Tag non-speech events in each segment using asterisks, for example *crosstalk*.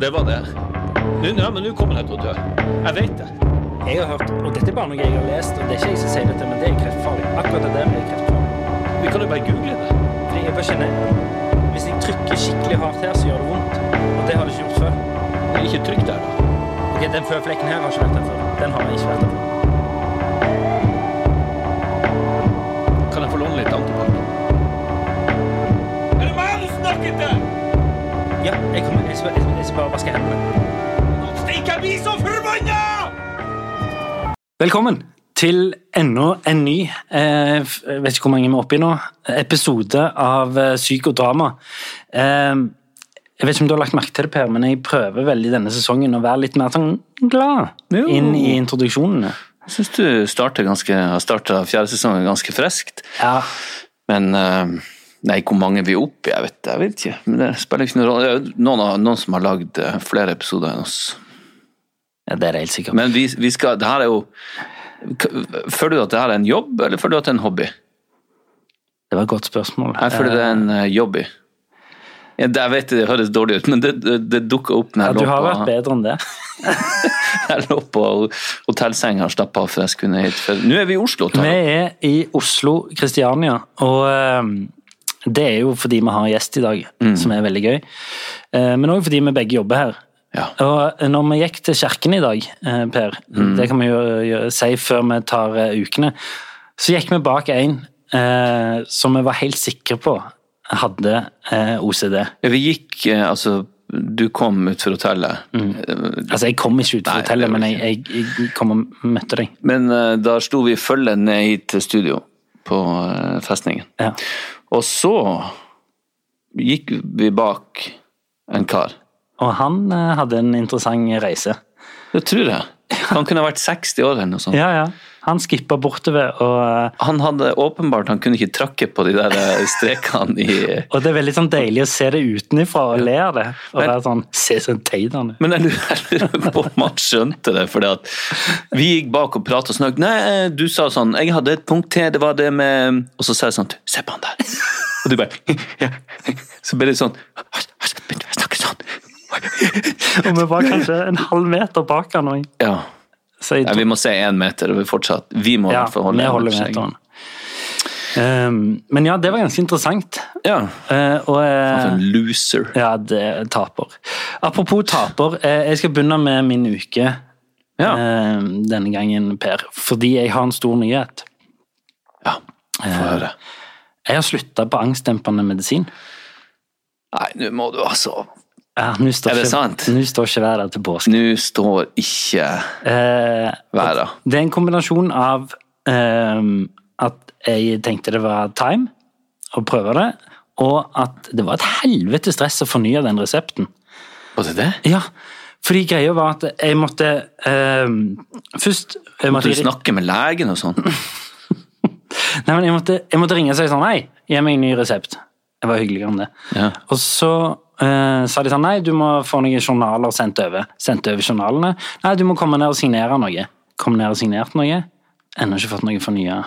det var det. Nå, ja, men nå kommer jeg til å dø. Jeg vet det. Jeg har hørt, og dette er bare noe jeg har lest, og det er ikke jeg som sier dette, men det er kreftfarlig. Akkurat det der blir kreftfarlig. Vi kan jo bare google det. Fordi jeg bare kjenner, hvis jeg trykker skikkelig hardt her, så gjør det vondt. Og det har det ikke gjort før. Men Ikke trykk der, da. Ok, den føflekken her har ikke vært der før. Den har jeg ikke vært der før. Kan jeg få låne litt antibac? Er det meg du snakker til? Ja, jeg kommer, jeg skal, jeg skal, jeg skal bare vaske hendene. Ikke bli så forbanna! Velkommen til enda en ny, eh, f- jeg vet ikke hvor mange vi er oppe i nå, episode av eh, Psykodrama. Eh, jeg vet ikke om du har lagt merke til det, Per, men jeg prøver veldig denne sesongen å være litt mer sånn glad Jo. inn i introduksjonene. Jeg syns du starter ganske, har starta fjerde sesongen ganske friskt. Ja, Men eh, nei, hvor mange vi er oppe i, jeg vet, jeg vet ikke. Men det spiller ikke noen rolle. Det er jo Noen, har- noen som har lagd eh, flere episoder enn oss. Ja, det er det helt sikkert. Men vi, vi skal Det her er jo K- Føler du at det her er en jobb, eller føler du at det er en hobby? det var et godt spørsmål. Jeg føler det er en eh, jobby. Ja, det, jeg vet det høres dårlig ut, men det, det, det dukka opp Ja, når du jeg, har lå vært på, bedre enn det. *laughs* jeg lå på hotellsenga og slappa av før jeg skulle hit. For, nå er vi i Oslo. Vi Tara. er i Oslo, Kristiania, og ehm, det er jo fordi vi har gjest i dag, Mm. som er veldig gøy. Eh, Men òg fordi vi begge jobber her. Ja. Og eh, når vi gikk til kirken i dag, eh, Per, Mm. det kan vi jo gjøre- si før vi tar eh, ukene, så gikk vi bak en eh, som vi var helt sikre på hadde eh, OCD. Ja, vi gikk eh, Altså, du kom ut fra hotellet. Eh, Altså, jeg kom ikke ut fra Nei, det hotellet, var men jeg, jeg, jeg kom og møtte deg. Men eh, da slo vi følge ned hit til studio på eh, festningen. Ja. Og så gikk vi bak en kar. Og han eh, hadde en interessant reise. Det tror jeg. Han kunne ha vært 60 år eller noe sånt. Ja, ja. Han skippa bortover, og, eh, Han hadde åpenbart Han kunne ikke trakke på de der eh, strekene i og det er veldig sånn deilig å se det utenifra og le av det. Og Men- være sånn Se så teit han er. Men jeg lurer, jeg lurer på om han skjønte det, fordi at vi gikk bak og pratet og snakket. Nei, du sa sånn, jeg hadde et punkt til, det var det med Og så sa jeg sånn, «Du, se på han der. Og du bare ja. Så ble det sånn Begynte jeg å snakke sånn? Og vi var kanskje en halv meter bak han òg. Ja. Så jeg Nei, vi må se én meter, og vi fortsatt Vi må i ja, hvert fall holde vi en holder meter. meteren. Um, men ja, det var ganske interessant. Ja. Eh, og Altså en eh, loser. Ja, det er taper. Apropos taper, eh, jeg skal begynne med min uke Ja. eh, denne gangen, Per. Fordi jeg har en stor nyhet. ja. Få Eh. høre. Jeg har slutta på angstdempende medisin. Nei, nå må du altså Ja, nå står Er det ikke- sant? Nå står ikke været til påske. Nå står ikke Eh, været. det er en kombinasjon av ehm, at jeg tenkte det var time å prøve det, og at det var et helvete stress å fornye den resepten. Var det det? Ja, fordi greia var at jeg måtte ehm, Først jeg Måtte måtte, du snakke med legen og *laughs* sånn? nei, men jeg, måtte, jeg måtte ringe og si sånn Hei, gi meg en ny resept. Jeg var hyggeligere enn det. Ja. Og så eh, sa de sånn Nei, du må få noen journaler sendt over. Sendte over journalene. Nei, du må komme ned og signere noe. Kom ned og signerte noe. Ennå ikke fått noe fornya.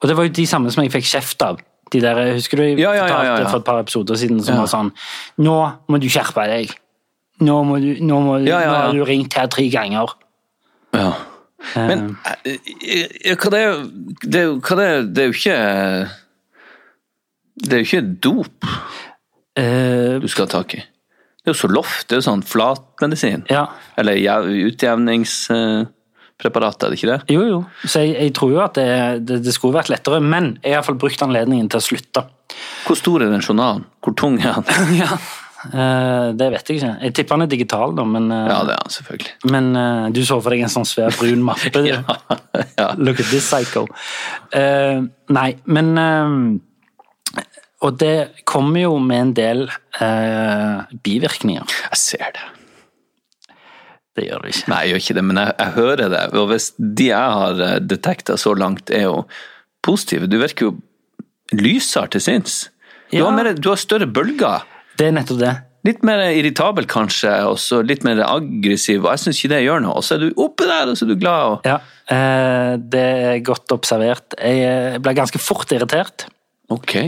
Og det var jo de samme som jeg fikk kjeft av. De der, Husker du jeg Ja, ja, ja, ja, fortalte ja. for et par episoder siden som Ja. var sånn Nå må du skjerpe deg. Nå, må du, nå, må, du- Ja, ja, nå ja. har du ringt her tre ganger. Ja. Men eh, eh, hva det er det er jo- hva det er- Det er jo ikke Det er jo ikke dop Eh, du skal ha tak i. Det er jo Soloft, det er jo sånn flatmedisin. ja. Eller utjevningspreparat, er det ikke det? Jo, jo. Så jeg, jeg tror jo at det, det, det skulle vært lettere, men jeg har iallfall brukt anledningen til å slutte. Hvor stor er den journalen? Hvor tung er *laughs* den? Ja, eh, det vet jeg ikke. Jeg tipper han er digital, da, men, eh, Ja, det er den selvfølgelig. men eh, du så for deg en sånn svær brun *laughs* mappe. du. Ja, ja. Look at this psycho. Eh, nei, men eh, Og det kommer jo med en del eh, bivirkninger. *laughs* Jeg ser det. Det gjør det ikke. Nei, jeg gjør ikke det, men jeg, jeg hører det. Og hvis de jeg har eh, detekta så langt, er jo positive Du virker jo lysere til sinns. Du, Ja. har mer- du har større bølger. Det er nettopp det. Litt mer irritabel kanskje, og så litt mer aggressiv, og jeg syns ikke det gjør noe. Og så er du oppe der, og så er du glad. Og... Ja, eh, det er godt observert. Jeg, eh, ble ganske fort irritert. Ok.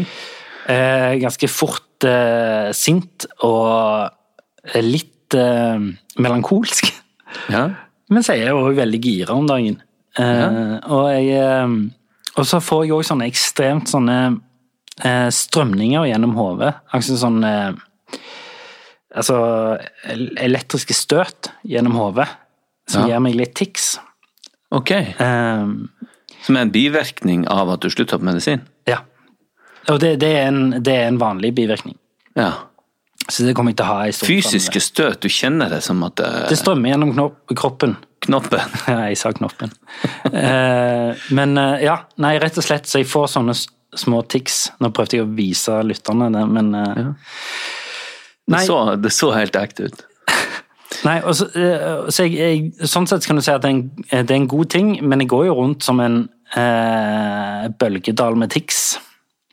Eh, ganske fort eh, sint og litt litt eh, melankolsk. Ja. Men så er jeg jo også veldig gira om dagen. Eh, og, jeg, eh, og så får jeg òg sånne ekstremt sånne eh, strømninger gjennom hodet. Altså sånn eh, Altså el- elektriske støt gjennom hodet som Ja. gir meg litt tics. Ok. Eh, Som er en bivirkning av at du slutta på medisin? Ja. Og det, det, er en, det er en vanlig bivirkning. Ja. Så det kommer jeg til å ha sånn, en stund. Fysiske støt, du kjenner det som at Det eh, strømmer gjennom knop- kroppen. Knoppen. *laughs* Ja, jeg sa knoppen. Eh, men eh, ja, nei, rett og slett, så jeg får sånne s- små tics. Nå prøvde jeg å vise lytterne det, men eh, Det Nei. så, det så helt ekte ut. Nei, og så, eh, så jeg, jeg, sånn sett kan du si at det er, en, eh, det er en god ting, men jeg går jo rundt som en eh, bølgedal med tics.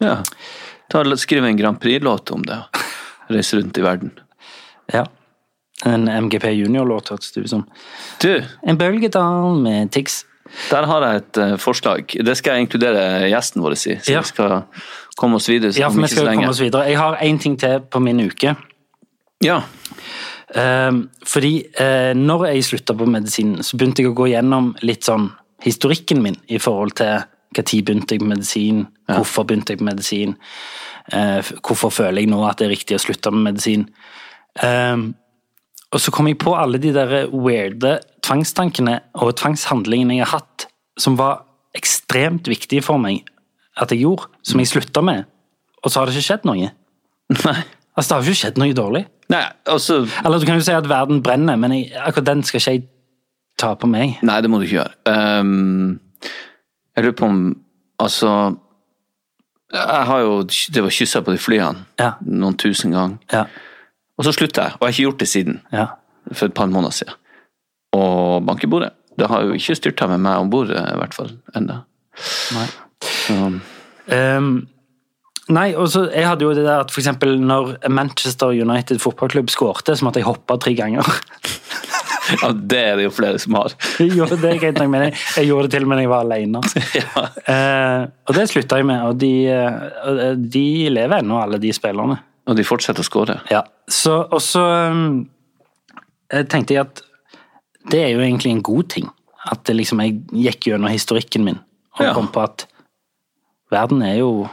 Ja. Ta, skriv en Grand Prix-låt om det. Reise rundt i verden. Ja. En MGP Junior-låt, hørtes det ut som. Du, En bølgedal med tics. der har jeg et eh, forslag. Det skal jeg inkludere gjesten vår i. Så Ja. vi skal komme oss videre. Ja, for om vi ikke så skal jo lenge. komme oss videre. Jeg har én ting til på min uke. Ja. Ehm, fordi eh, når jeg slutta på medisinen, så begynte jeg å gå gjennom litt sånn historikken min i forhold til hva tid begynte jeg på medisin, hvorfor begynte jeg på medisin, eh, f- hvorfor føler jeg nå at det er riktig å slutte med medisin. Ehm, og så kom jeg på alle de der weirde tvangstankene og tvangshandlingene jeg har hatt, som var ekstremt viktige for meg at jeg gjorde, som jeg slutta med. Og så har det ikke skjedd noe. Nei. Altså, det har jo ikke skjedd noe dårlig. Nei, altså Eller du kan jo si at verden brenner, men jeg, akkurat den skal ikke jeg ta på meg. Nei, det må du ikke gjøre. Ehm, jeg lurer på om Altså Jeg har jo Det var kyssa på de flyene Ja. noen tusen ganger. Ja, Og så slutta jeg, og jeg har ikke gjort det siden. ja. for et par måneder siden. Og bank i bordet. Det har jo ikke styrta med meg om bord, eh, i hvert fall ennå. Nei. Så- Ehm, nei, og så jeg hadde jo det der at for eksempel når Manchester United fotballklubb skårte, så måtte jeg hoppe tre ganger. *laughs* Ja, det er det jo flere som har. *laughs* Jeg gjorde det greit nok, men jeg, jeg gjorde det til og med når jeg var alene. Ja. Eh, og det slutta jeg med, og de, eh, og de lever ennå, alle de spillerne. Og de fortsetter å skåre. Ja, så, og så um, jeg tenkte jeg at det er jo egentlig en god ting. At det liksom, jeg gikk gjennom historikken min og Ja. kom på at verden er jo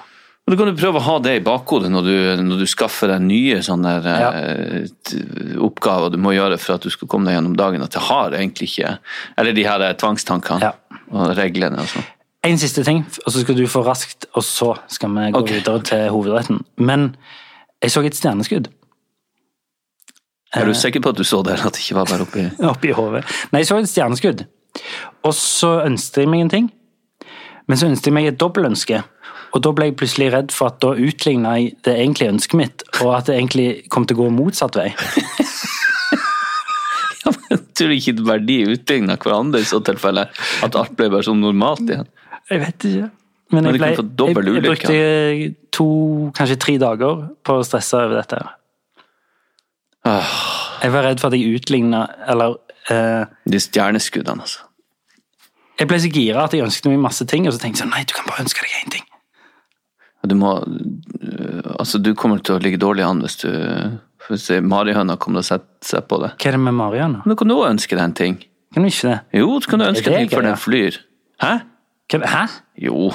Og Da kan du prøve å ha det i bakhodet når du, når du skaffer deg nye sånne der, eh, t- oppgaver du må gjøre for at du skal komme deg gjennom dagen. At det har egentlig ikke Eller de her eh, tvangstankene Ja. og reglene og sånn. En siste ting, og så skal du få raskt, og så skal vi gå Ok. videre til hovedretten. Men jeg så et stjerneskudd Er du sikker på at du så det, eller at det ikke var bare oppi *laughs* oppi hodet. Nei, jeg så et stjerneskudd. Og så ønsket jeg meg en ting. Men så ønsket jeg meg et dobbeltønske. Og da ble jeg plutselig redd for at da utligna jeg det egentlige ønsket mitt, og at det egentlig kom til å gå motsatt vei. Tror du ikke verdi utligna hverandre i så tilfelle? At alt ble bare som normalt igjen? Jeg vet ikke. Men Men, du jeg, ble, kunne fått dobbel jeg, jeg ulykke. brukte to, kanskje tre dager på å stresse over dette. her. Ah. Jeg var redd for at jeg utligna Eller eh, De stjerneskuddene, altså. Jeg ble så gira at jeg ønsket meg masse ting, og så tenkte jeg sånn Nei, du kan bare ønske deg én ting. Og Du må øh, Altså, du kommer til å ligge dårlig an hvis du Hvis marihøna kommer til å sette seg på det. Hva er det med Marian? Men du kan også ønske deg en ting. Kan du ikke det? Jo, du kan ønske det deg en ting før gøy, den flyr. Hæ? Kan, hæ? Jo.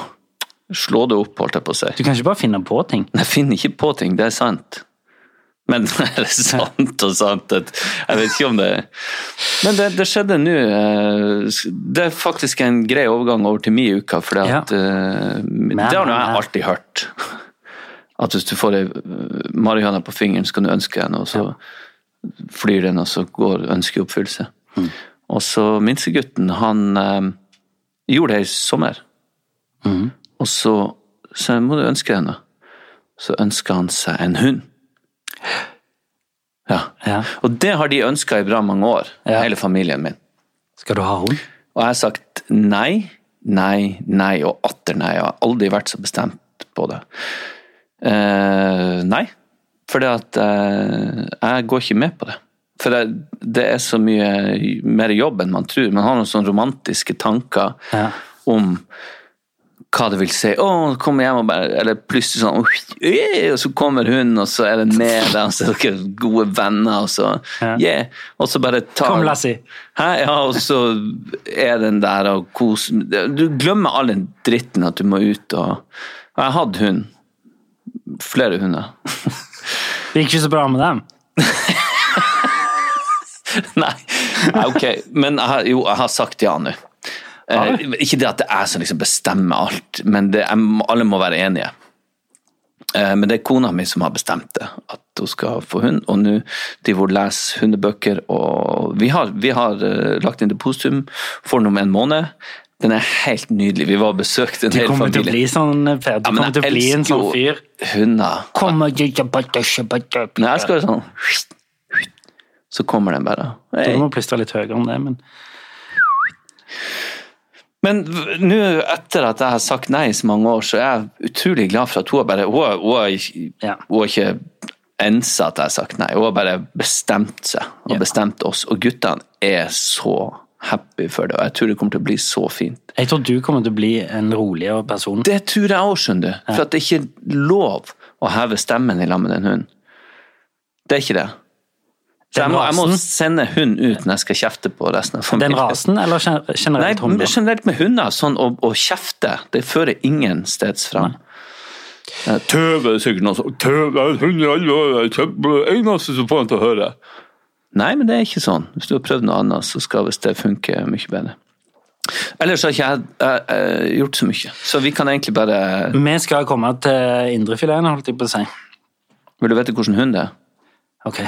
Slå det opp, holdt jeg på å si. Du kan ikke bare finne på ting. Jeg finner ikke på ting, det er sant. Men *laughs* er det sant og sant? at- Jeg vet ikke om det Men det, det skjedde nå. eh, Det er faktisk en grei overgang over til min uke, øh, for Ja. det har nå jeg alltid hørt. At hvis du får ei eh, marihuana på fingeren, så kan du ønske deg noe, og så flyr den, og så går ønsket i oppfyllelse. Og så minstegutten, han eh, gjorde det i sommer. Og så sa jeg, må du ønske deg noe. Så ønska han seg en hund. Ja. Ja. Og det har de ønska i bra mange år, Ja. hele familien min. Skal du ha hund? Og jeg har sagt nei, nei, nei og atter nei. Og jeg har aldri vært så bestemt på det. Eh, nei. For at eh, jeg går ikke med på det. For det, det er så mye mer jobb enn man tror. Man har noen sånne romantiske tanker Ja. om hva det vil si. Å, kommer hjem og bare Eller plutselig sånn «Oi», Og så kommer hun, og så er det med deg, og så er dere gode venner, og så Ja. yeah. Og så bare tar Kom, Lassie. Hæ? Ja, og så er den der og koser Du glemmer all den dritten at du må ut og Jeg har hatt hund. Flere hunder. *laughs* Det gikk ikke så bra med dem. Nei, Nei, ok. Men jeg har, jo, jeg har sagt ja nå. Eh, ikke det at det er jeg som liksom bestemmer alt, men det, jeg, må- alle må være enige. Eh, men det er kona mi som har bestemt det, at hun skal få hund. Og nå driver hun og leser hundebøker, og vi har, vi har eh, lagt inn depositum for den om en måned. Den er helt nydelig. Vi var og besøkte en Du hel kommer til å familie. bli sånn, Per. Ja, men Du kommer til å jeg bli en elsker sånn jo fyr. Hunder. Kom og gjør batter, batter, batter. Når jeg skal sånn Så kommer den bare. Hei. Du må plutselig være litt høyere om det, men Men v- nå etter at jeg har sagt nei i så mange år, så er jeg utrolig glad for at hun har bare Hun har, hun har, ikke- Ja. hun har ikke ensa at jeg har sagt nei, hun har bare bestemt seg, og bestemt oss. Og guttene er så happy for det, og jeg tror det kommer til å bli så fint. jeg tror du kommer til å bli en roligere person. Det tror jeg òg, skjønner du, for at det er ikke lov å heve stemmen i lag med den hunden. Det er ikke det. Så jeg Den må, jeg må rasen. sende hunden ut når jeg skal kjefte på resten av Den familien. rasen, eller gen- Nei, generelt hunder? generelt med hunder, sånn å, å kjefte, det fører ingen steds fram. Tøve er sikkert noe sånt. Tøve er eneste som får han til å høre. Nei, men det er ikke sånn. Hvis du har prøvd noe annet, så skal visst det funke mye bedre. Ellers har ikke jeg, jeg, jeg gjort så mye, så vi kan egentlig bare Vi skal komme til indrefileten, holdt jeg på å si. Vil du vite hvordan hund det er? Ok,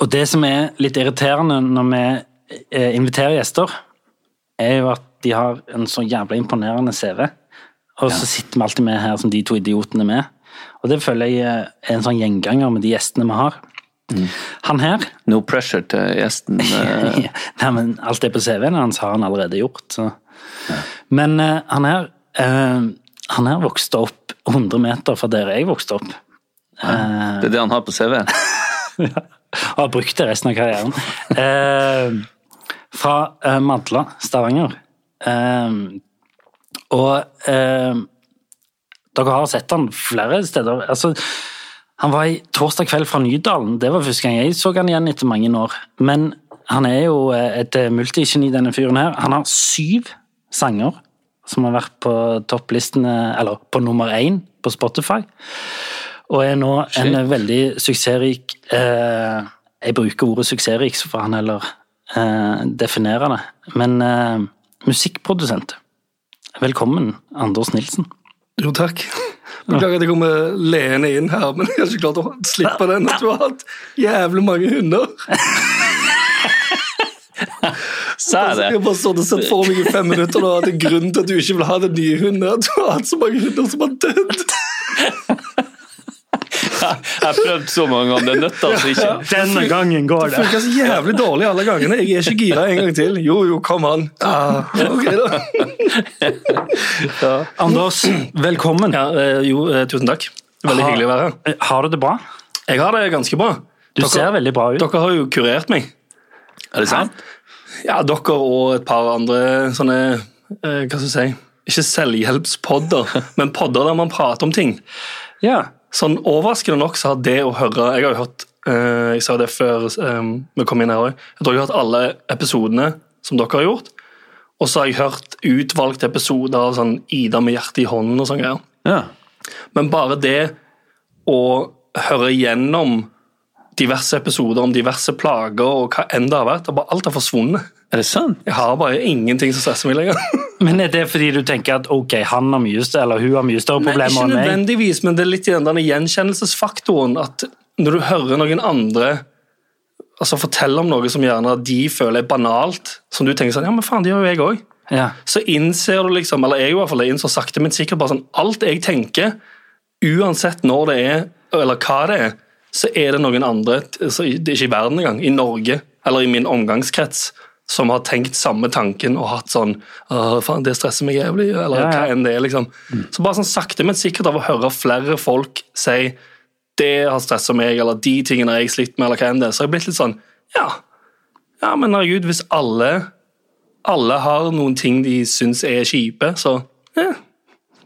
Og det som er litt irriterende når vi eh, inviterer gjester, er jo at de har en så jævla imponerende CV. Og så sitter vi alltid med her som de to idiotene med. Og det føler jeg eh, er en sånn gjenganger med de gjestene vi har. Han her No pressure til gjesten. *laughs* eh, Nei, men alt det på CV-en hans har han allerede gjort. Så. Men eh, han her eh, Han her vokste opp 100 meter fra der jeg vokste opp. Det er det han har på CV-en. og har brukt det resten av karrieren. Eh, fra eh, Madla, Stavanger. Eh, og eh, dere har sett han flere steder. Altså, han var i torsdag kveld fra Nydalen. Det var første gang jeg så han igjen etter mange år. Men han er jo eh, et eh, multigeni, denne fyren her. Han har syv sanger som har vært på topplistene, eller på nummer én på Spotify. Og er nå en eh, veldig suksessrik eh, Jeg bruker ordet suksessrik, så får han heller eh, definere det. Men eh, musikkprodusent. Velkommen, Anders Nilsen. Jo, *laughs* takk. Beklager at jeg kommer leende inn her, men jeg har ikke klart å slippe den. At du har hatt jævlig mange *laughs* hunder. Sa jeg *laughs* Altså, jeg har det? bare stått og sett for meg i fem minutter nå at det er grunnen til at du ikke vil ha den nye hunden. er At du har hatt så mange hunder som har *laughs* dødd. Jeg har prøvd så mange ganger, det nøtter altså ikke. Denne gangen går Det funker så jævlig dårlig alle gangene. Jeg er ikke gira en gang til. Jo, jo, kom an. Ah, ok, da. Anders, velkommen. *laughs* Ja, eh, jo, eh, tusen takk. Veldig hyggelig å være her. Eh, Har du det bra? Jeg har det ganske bra. Du ser veldig bra ut. Dere har jo kurert meg. Er det sant? Ja, dere og et par andre sånne eh, Hva skal jeg si Ikke selvhjelpspodder, men podder der man prater om ting. Ja. Sånn Overraskende nok så har det å høre Jeg har jo hørt eh, Jeg sa det før eh, vi kom inn her òg. Jeg tror jeg har hørt alle episodene som dere har gjort. Og så har jeg hørt utvalgte episoder av sånn Ida med hjertet i hånden og sånn greier. Ja. Men bare det å høre gjennom diverse episoder om diverse plager og hva enn det har vært, og bare alt har forsvunnet. Er det sant? Jeg har bare ingenting som stresser meg lenger. Men er det fordi du tenker at ok, han har mye større, eller hun har mye større Nei, problemer ikke enn meg? nødvendigvis, men det er litt i den der gjenkjennelsesfaktoren at når du hører noen andre altså fortelle om noe som gjerne de føler er banalt, som du tenker sånn Ja, men faen, det gjør jo jeg òg. Ja. Så innser du liksom, eller jeg i hvert fall er innså sakte, men sikkert bare sånn Alt jeg tenker, uansett når det er, eller hva det er, så er det noen andre, altså, det er ikke i verden engang, i Norge eller i min omgangskrets, som har tenkt samme tanken og hatt sånn «Åh, faen, det stresser meg jævlig, eller Ja, Mm. ja. hva enn det er, liksom. Så bare sånn sakte, men sikkert av å høre flere folk si det har stresset meg, eller de tingene har jeg slitt med, eller hva enn det er, så har jeg blitt litt sånn Ja, ja men herregud, hvis alle, alle har noen ting de syns er kjipe, så ja,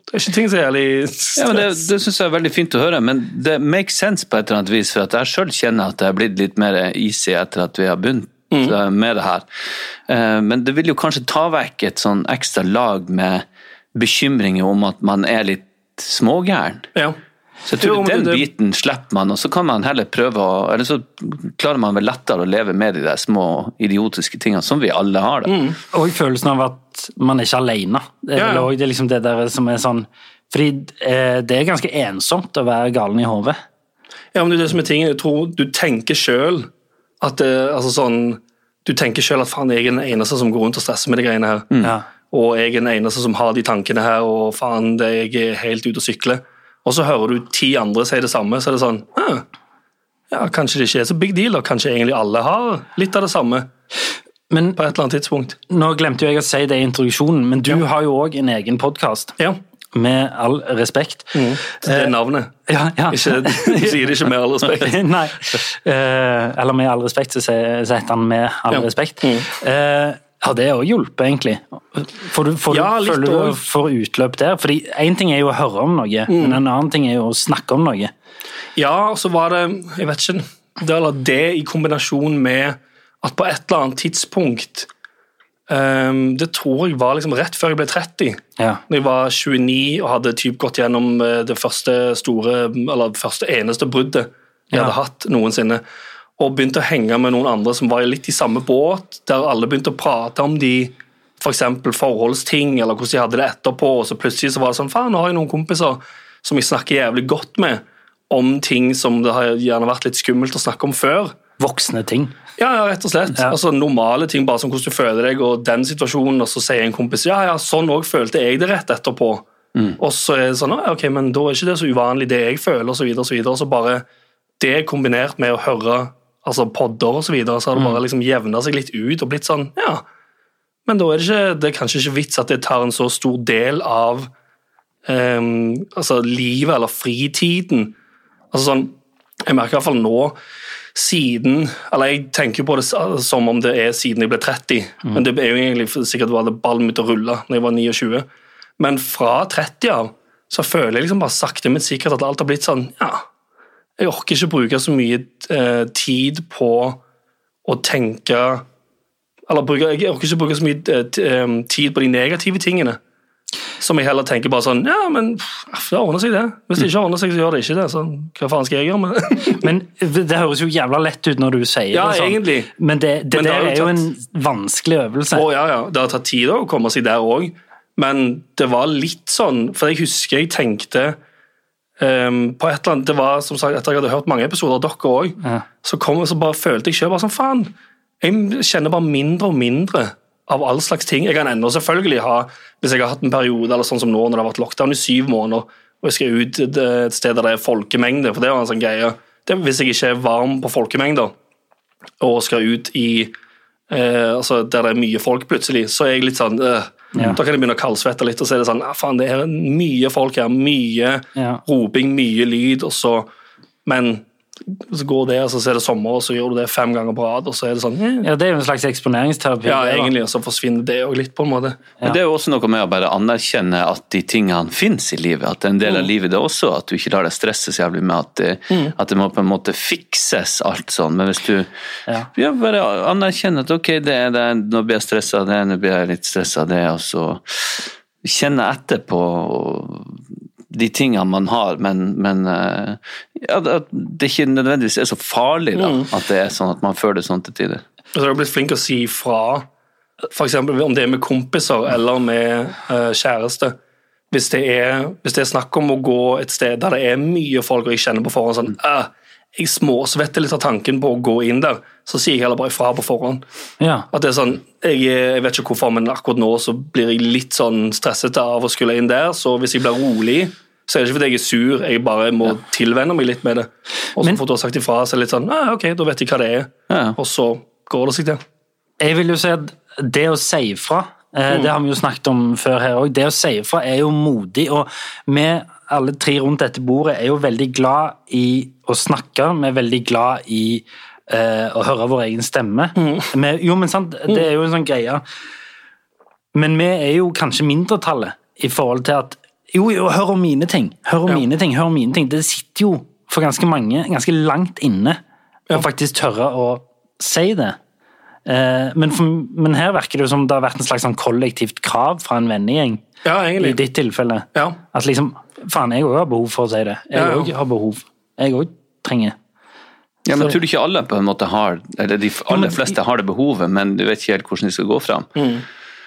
det er ikke ting som er jævlig stress. Ja, men det, det syns jeg er veldig fint å høre, men det makes sense på et eller annet vis. For at jeg sjøl kjenner at jeg har blitt litt mer easy etter at vi har begynt eh, med det her. Eh, Men det vil jo kanskje ta vekk et sånn ekstra lag med bekymringer om at man er litt smågæren. Ja. Så jeg tror Jo, men den det- biten slipper man, og så kan man heller prøve å Eller så klarer man vel lettere å leve med de der små idiotiske tingene, som vi alle har det. Og følelsen av at man er ikke alene. Det er Ja, ja. vel også det, er liksom det der som er sånn Fordi eh, det er ganske ensomt å være galen i hodet. Ja, men det er det som er tingen. Jeg tror du tenker sjøl at det, altså sånn, Du tenker sjøl at faen, jeg er den eneste som går rundt og stresser med de greiene her. Mm. Ja. Og jeg er den eneste som har de tankene her, og faen, det, jeg er helt ute å sykle. Og så hører du ti andre si det samme, så er det sånn «Hæ, Ja, kanskje det ikke er så big deal, og kanskje egentlig alle har litt av det samme Men på et eller annet tidspunkt. nå glemte jo jeg å si det i introduksjonen, men du har jo òg en egen podkast. Ja. Med all respekt. Det er navnet. Ja, Mm. ja. Mm. Ikke, *laughs* du sier det ikke med all respekt. *laughs* Nei. Eh, eller med all respekt, så sier- så heter han med all Ja. Mm. respekt. Eh, har det òg hjulpet, egentlig? Får du, får Ja, du, litt føler du også. Mm. du får utløp der? Fordi én ting er jo å høre om noe, men en annen ting er jo å snakke om noe. Ja, og så var det Jeg vet ikke. Det, eller det i kombinasjon med at på et eller annet tidspunkt ehm, Det tror jeg var liksom rett før jeg ble 30. Ja. Når jeg var 29 og hadde typ gått gjennom eh, det første store, eller første eneste bruddet jeg Ja. hadde hatt noensinne, og begynte å henge med noen andre som var i litt i samme båt, der alle begynte å prate om de for eksempel forholdsting, eller hvordan de hadde det etterpå, og så plutselig så var det sånn, faen, nå har jeg noen kompiser som jeg snakker jævlig godt med, om ting som det har gjerne vært litt skummelt å snakke om før. Voksne ting. Ja, ja, rett og slett. Ja. Altså Normale ting, bare som hvordan du føler deg og den situasjonen, og så sier en kompis ja, ja, sånn òg følte jeg det rett etterpå. Og så er det sånn, «Å, ok, men da er ikke det så uvanlig, det jeg føler, og så videre, og så videre. Og så bare det kombinert med å høre altså podder og så videre, så har det bare liksom jevna seg litt ut og blitt sånn, ja. Men da er det, ikke, det er kanskje ikke vits at det tar en så stor del av ehm, altså livet eller fritiden. Altså sånn, Jeg merker i hvert fall nå siden Eller jeg tenker på det som om det er siden jeg ble 30, men det er jo egentlig sikkert var det ballen begynte å rulle når jeg var 29. Men fra 30 av så føler jeg liksom bare sakte, men sikkert at alt har blitt sånn Ja, jeg orker ikke bruke så mye eh, tid på å tenke Eller bruke, jeg orker ikke bruke så mye eh, t- eh, tid på de negative tingene. Som jeg heller tenker bare sånn Ja, men pff, det ordner seg, det. Hvis det ikke ordner seg, så gjør det ikke det. Så hva faen skal jeg gjøre med det? *laughs* Men det høres jo jævla lett ut når du sier Ja, det. sånn. egentlig. Men det, det, Men det har jo der er jo en tatt- vanskelig øvelse. Å, ja, ja. Det har tatt tid da, å komme seg der òg, men det var litt sånn For jeg husker jeg tenkte ehm, på et eller annet Det var som sagt etter jeg hadde hørt mange episoder av dere òg, Ja. så, kom- så bare følte jeg selv bare sånn Faen, jeg kjenner bare mindre og mindre av all slags ting. Jeg kan ennå selvfølgelig ha Hvis jeg har hatt en periode eller sånn som nå, når det har vært lockdown i syv måneder, og jeg skal ut et et sted der det er folkemengde, for det var en sånn greie det, Hvis jeg ikke er varm på folkemengder og skal ut i eh, altså der det er mye folk plutselig, så er jeg litt sånn øh, Da kan jeg begynne å kaldsvette litt, og så er det sånn ah, Faen, det er mye folk her. Mye Ja. roping, mye lyd, og så Men så går det, og så er det sommer, og så gjør du det fem ganger på rad, og så er det sånn eh, Ja, Det er jo en slags eksponeringsterapi. Ja, det, da. egentlig, og så forsvinner det òg litt, på en måte. Men det er jo også noe med å bare anerkjenne at de tingene finnes i livet. At det er en del av livet det også, at du ikke lar deg stresse så jævlig med at det, at det må på en måte fikses alt sånn. Men hvis du ja. bare anerkjenner at ok, det er det, nå blir jeg stressa av det, nå blir jeg litt stressa av det, og så kjenne etterpå de tingene man har, men, men eh, ja, at det ikke nødvendigvis er så farlig da, at det er sånn at man føler det sånn til tider. Og så har jeg blitt flink til å si fra, f.eks. om det er med kompiser eller med eh, kjæreste. Hvis det, er, hvis det er snakk om å gå et sted der det er mye folk, og jeg kjenner på forhånd sånn «Åh, Jeg småsvetter litt av tanken på å gå inn der, så sier jeg heller bare ifra på forhånd. Ja. At det er sånn, jeg, jeg vet ikke hvorfor, men akkurat nå så blir jeg litt sånn stressete av å skulle inn der, så hvis jeg blir rolig, så er det ikke fordi jeg er sur, jeg bare må tilvenne meg litt med det. Og så Men- får du ha sagt ifra, så er det litt sånn, ah, ok, da vet jeg hva det er, Ja. og så går det seg til. Jeg vil jo si at det å si ifra, Mm. eh, det har vi jo snakket om før her òg, det å si ifra er jo modig. Og vi alle tre rundt dette bordet er jo veldig glad i å snakke, vi er veldig glad i eh, å høre vår egen stemme. Mm. Vi, jo, men sant, det er jo en sånn greie. Men vi er jo kanskje mindretallet i forhold til at Jo, jo, hør om mine ting. Hør om mine ting. hør om mine ting. Det sitter jo for ganske mange ganske langt inne å faktisk tørre å si det. Eh, men, for, men her virker det jo som det har vært en slags sånn kollektivt krav fra en vennegjeng. Ja, I egentlig. ditt tilfelle. Ja. At liksom Faen, jeg òg har behov for å si det. Jeg Ja. òg har behov. Jeg òg trenger Ja, men tror du ikke alle på en måte har Eller de aller fleste har det behovet, men du vet ikke helt hvordan de skal gå fram. Mm.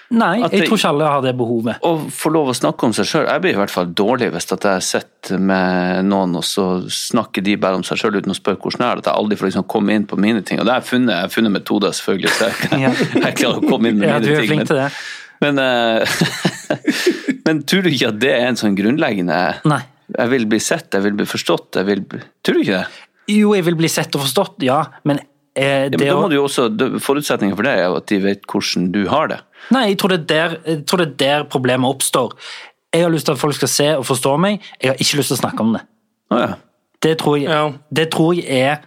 Nei, At jeg det- tror ikke alle har det behovet. Å få lov å snakke om seg sjøl Jeg blir i hvert fall dårlig hvis at jeg sitter med noen, og så snakker de bare om seg sjøl uten å spørre hvordan det er. At jeg aldri får liksom komme inn på mine ting. Og det har jeg funnet. Jeg har funnet metoder, selvfølgelig. Så jeg, *laughs* Ja. jeg klarer å komme inn med Ja, mine du ting. er flink men- til det. Men, eh, *laughs* men tror du ikke at det er en sånn grunnleggende Nei. Jeg vil bli sett, jeg vil bli forstått, jeg vil bli Tror du ikke det? Jo, jeg vil bli sett og forstått, ja, men eh, Ja, det men da å må du jo også, da- Forutsetningen for det er jo at de vet hvordan du har det. Nei, jeg tror, det er der, jeg tror det er der problemet oppstår. Jeg har lyst til at folk skal se og forstå meg, jeg har ikke lyst til å snakke om det. Å ja. Det tror jeg, Ja. det tror jeg er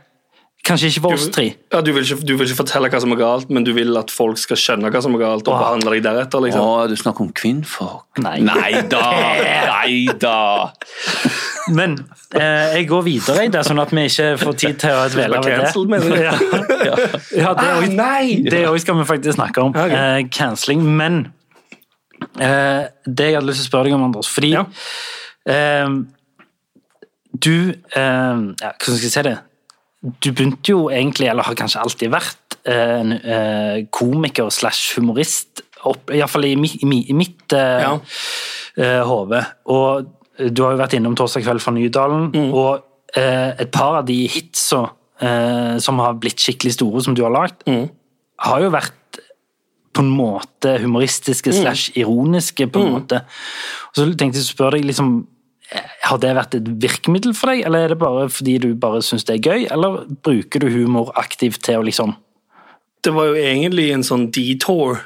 Kanskje ikke for oss tre. Ja, du vil, ikke, du vil ikke fortelle hva som er galt, men du vil at folk skal skjønne hva som er galt, og behandle deg deretter, Å, liksom. du snakker om kvinnfolk. Nei. *laughs* da! Nei da! Men eh, jeg går videre i det, sånn at vi ikke får tid til å Det dvele ved ble cancelled, mener det. du? *laughs* Ja, ja det, er jo- det er jo skal vi faktisk snakke om. Ok. Eh, cancelling. Men eh, det jeg hadde lyst til å spørre deg om, Anders Fordi Ja. eh, du eh, ja, Hvordan skal jeg si det? Du begynte jo egentlig, eller har kanskje alltid vært, eh, en eh, komiker slash humorist. Iallfall i, mi, i, mi, i mitt eh, Ja. eh, hode. Og du har jo vært innom Torsdag kveld fra Nydalen, Mm. og eh, et par av de hitsa eh, som har blitt skikkelig store, som du har lagd, Mm. har jo vært på en måte humoristiske Mm. slash ironiske, på en måte. Og så tenkte jeg å spørre deg, liksom, eh, har det vært et virkemiddel for deg, eller er det bare fordi du bare syns det er gøy, eller bruker du humor aktivt til å liksom Det var jo egentlig en sånn detour,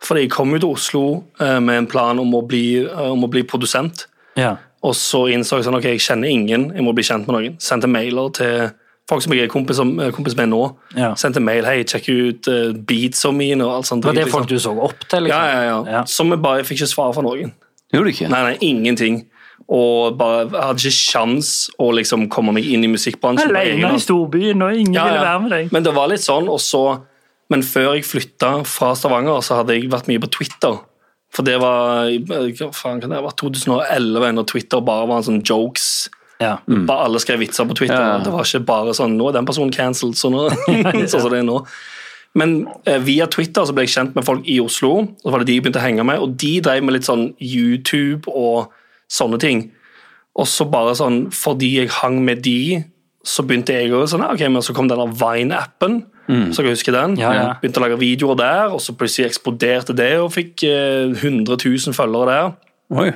fordi jeg kom jo til Oslo eh, med en plan om å bli, eh, om å bli produsent. Ja. Og så innså jeg sånn, ok, jeg kjenner ingen, jeg må bli kjent med noen. Sendte mailer til folk som jeg er kompis, om- eh, kompis med nå. Ja. Sendte mail, hei, sjekk ut eh, beats om mine og alt sånt. Det var det drit, folk du så opp til? liksom- liksom? Ja, ja, ja. Ja. Som jeg bare jeg fikk ikke svar fra noen. Gjorde du ikke? Nei, nei, ingenting. Og bare, jeg hadde ikke sjans å liksom komme meg inn i musikkbransjen. på egen hånd. storbyen, og ingen Ja, ja. Men det var litt sånn, og så Men før jeg flytta fra Stavanger, så hadde jeg vært mye på Twitter. For det var i- hva faen kan det ha vært 2011, når Twitter bare var en sånn jokes. Ja. Bare alle skrev vitser på Twitter. Ja. Det var ikke bare sånn 'Nå er den personen cancelled', så nå *laughs* Sånn som det er nå. Men eh, via Twitter så ble jeg kjent med folk i Oslo, og så var det de jeg begynte å henge med, og de drev med litt sånn YouTube og sånne ting. Og så bare sånn, fordi jeg hang med de, så begynte jeg også sånn, «Ah, ok, men så kom denne Vine-appen, så jeg husker den. Mm. Ja, ja. Begynte å lage videoer der, og så plutselig eksploderte det, og fikk eh, 100 000 følgere der. Oi.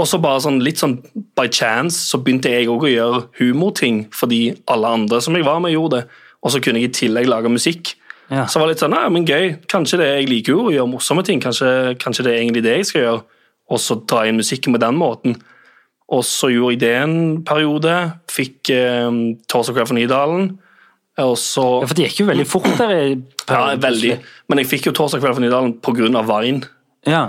Og så bare sånn, litt sånn by chance så begynte jeg også å gjøre humorting, fordi alle andre som jeg var med, gjorde det. Og så kunne jeg i tillegg lage musikk. Ja. Så var det litt sånn, nei, men gøy, kanskje det jeg liker jo å gjøre morsomme ting, kanskje, kanskje det er egentlig det jeg skal gjøre, og så dra inn musikken på den måten. Og så gjorde jeg det en periode. Fikk eh, Tors og Crab fra Nydalen. Og så Ja, for det gikk jo veldig fort der. i Ja, perioden, veldig. plutselig. Men jeg fikk jo Torsdag kveld fra Nydalen pga. Vine. Ja.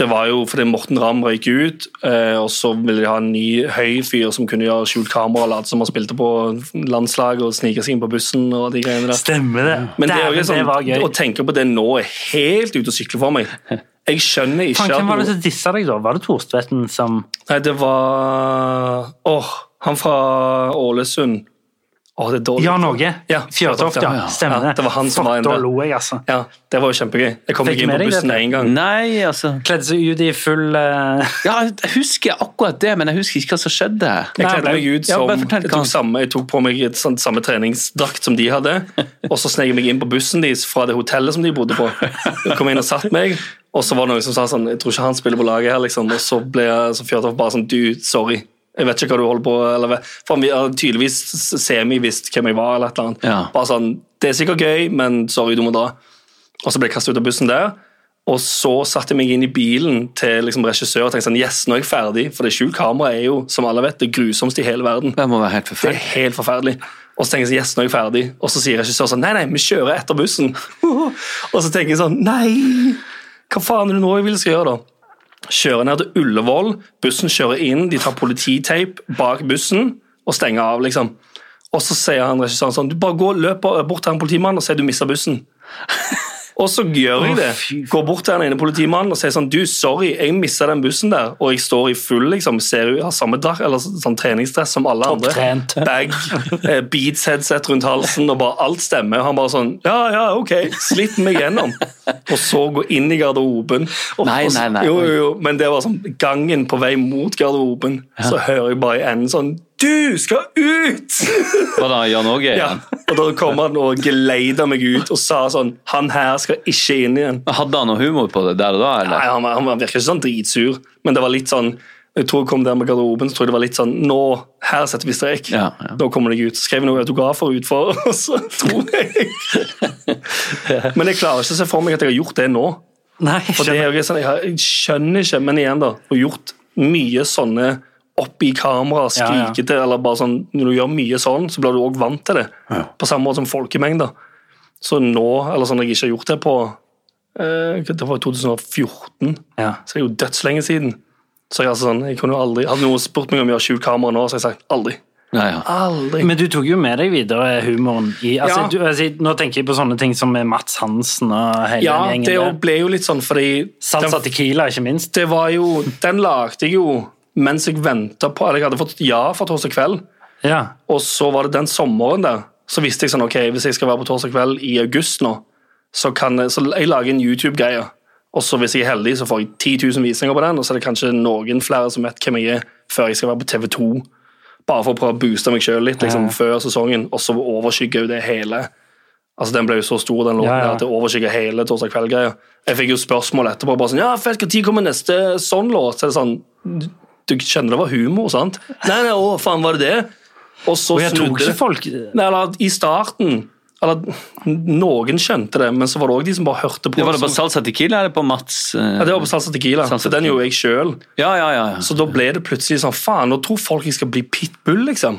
Det var jo fordi Morten Ramm røyk ut, eh, og så ville de ha en ny høy fyr som kunne gjøre skjult kamera og late som han spilte på landslaget og snike seg inn på bussen og de greiene der. Stemmer det. Men det, er jo Dæven, ikke sånn, det var gøy. Å tenke på det nå er helt ute å sykle for meg. Jeg skjønner ikke Faen, hvem var det at som dissa deg, da? Var det Thorstvedten som Nei, det var Åh, han fra Ålesund. Åh, det er dårlig. Ja, Norge. Ja, Fjørtoft, ja. Stemmer det. Ja, det var han som Fuck, var en Da der. lo jeg, altså. Ja, det var jo kjempegøy. Jeg kom Fikk ikke inn med på deg det, bussen Petter? én gang. Nei, altså Kledde seg ut i full eh, Ja, jeg husker akkurat det, men jeg husker ikke hva som skjedde. Jeg Nei, kledde ble- meg ut Ja, som bare fortell jeg hva tok, han- samme, jeg tok på meg et sånt, samme treningsdrakt som de hadde, *laughs* og så snek jeg meg inn på bussen deres fra det hotellet som de bodde på. Jeg kom inn og satt meg, og så var det noen som sa sånn Jeg tror ikke han spiller på laget her, liksom. Og så ble jeg så Fjørtoft bare sånn Du, sorry. Jeg vet ikke hva du holder på eller, hva- For han vi- han tydeligvis semi-visst hvem jeg var, eller et eller annet. Ja. Bare sånn Det er sikkert gøy, men sorry, du må dra. Og så ble jeg kastet ut av bussen der. Og så satte jeg meg inn i bilen til liksom regissør og tenkte sånn, yes, nå er jeg ferdig. For det skjult kamera er jo, som alle vet, det grusomste i hele verden. Det må være helt Det er forferdelig. helt forferdelig. Og så tenker jeg sånn, yes, nå er jeg ferdig. Og så sier regissør sånn, nei, nei, vi kjører etter bussen. *laughs* og så tenker jeg sånn, nei, hva faen er det nå jeg vil skal gjøre da? Kjører ned til Ullevål, bussen kjører inn, de tar polititeip bak bussen og stenger av, liksom. Og så sier han regissøren sånn, du bare gå og løp bort til en politimann og sier du mistet bussen. Og så gjør jeg det. Går bort til den ene politimannen og sier sånn Du, sorry, jeg mista den bussen der, og jeg står i full liksom, ser, har samme drak, eller så- sånn treningsdress som alle andre. Topptrent. Bag, eh, beats headset rundt halsen, og bare alt stemmer. Han bare sånn Ja, ja, ok. Slipp meg gjennom. Og så gå inn i garderoben. Og, Nei, og så- nei, nei. Jo, jo, jo, men det var sånn gangen på vei mot garderoben, så hører jeg bare i enden sånn Du skal ut! Var det Jan Åge Ja, igjen? og da kom han og geleida meg ut og sa sånn Han her skal ikke inn igjen. Hadde han noe humor på det der og da, Nei, eller? han, var- han var- virker ikke sånn dritsur, men det var litt sånn jeg tror jeg kom der med garderoben, så tror jeg det var litt sånn Nå, her setter vi strek. Ja, ja. Da kommer jeg ut. Skrev noen autografer utfor, og *laughs* så tror jeg Men jeg klarer ikke å se for meg at jeg har gjort det nå. Nei, For det er jo ikke sånn, jeg, har, jeg skjønner ikke, men igjen da, og gjort mye sånne opp i kamera, Ja, ja. skrikete, eller bare sånn, når du gjør mye sånn, så blir du også vant til det. På samme måte som folkemengder. Så nå, eller sånn jeg ikke har gjort det på, eh, det var 2014, Ja. så det er jo dødslenge siden. Så jeg, er altså sånn, jeg kunne jo aldri, hadde noen spurt meg om jeg har skjult kamera nå, så hadde jeg sagt aldri. Nei, ja. Aldri. Men du tok jo med deg videre humoren i altså, Ja. du, altså, Nå tenker jeg på sånne ting som med Mats Hansen og hele ja, den det jo gjengen der. ble jo litt sånn, fordi... Salsa Tequila, ikke minst. det var jo, den lagde jeg jo mens jeg ventet på, eller jeg hadde fått ja for torsdag kveld, Ja. og så var det den sommeren der, så visste jeg sånn, ok, hvis jeg skal være på torsdag kveld i august nå, så kan jeg, så jeg lager en YouTube-greie, og så hvis jeg er heldig, så får jeg 10 000 visninger på den, og så er det kanskje noen flere som vet hvem jeg er, før jeg skal være på TV 2, bare for å prøve å booste meg selv litt, liksom, før sesongen, og så overskygger jo det hele. Altså, den ble jo så stor, den låten, Ja, ja. der, at det overskygger hele torsdag kveld-greia. Jeg fikk jo spørsmål etterpå, bare sånn, ja, fett, når kommer neste sånn låt? Så er det sånn, du, du skjønner det var humor, sant? Nei, nei, å, faen, var det det? Og så Og jeg tok snudde det. ikke folk Nei, eller at i starten eller, at Noen skjønte det, men så var det òg de som bare hørte på. Det var det på som, Salsa Tequila eller på Mats? eh? ja, det var på Salsa Tequila, Salsa for den gjorde jeg sjøl. Ja, ja, ja. ja. Så da ble det plutselig sånn Faen, nå tror folk jeg skal bli pitbull, liksom.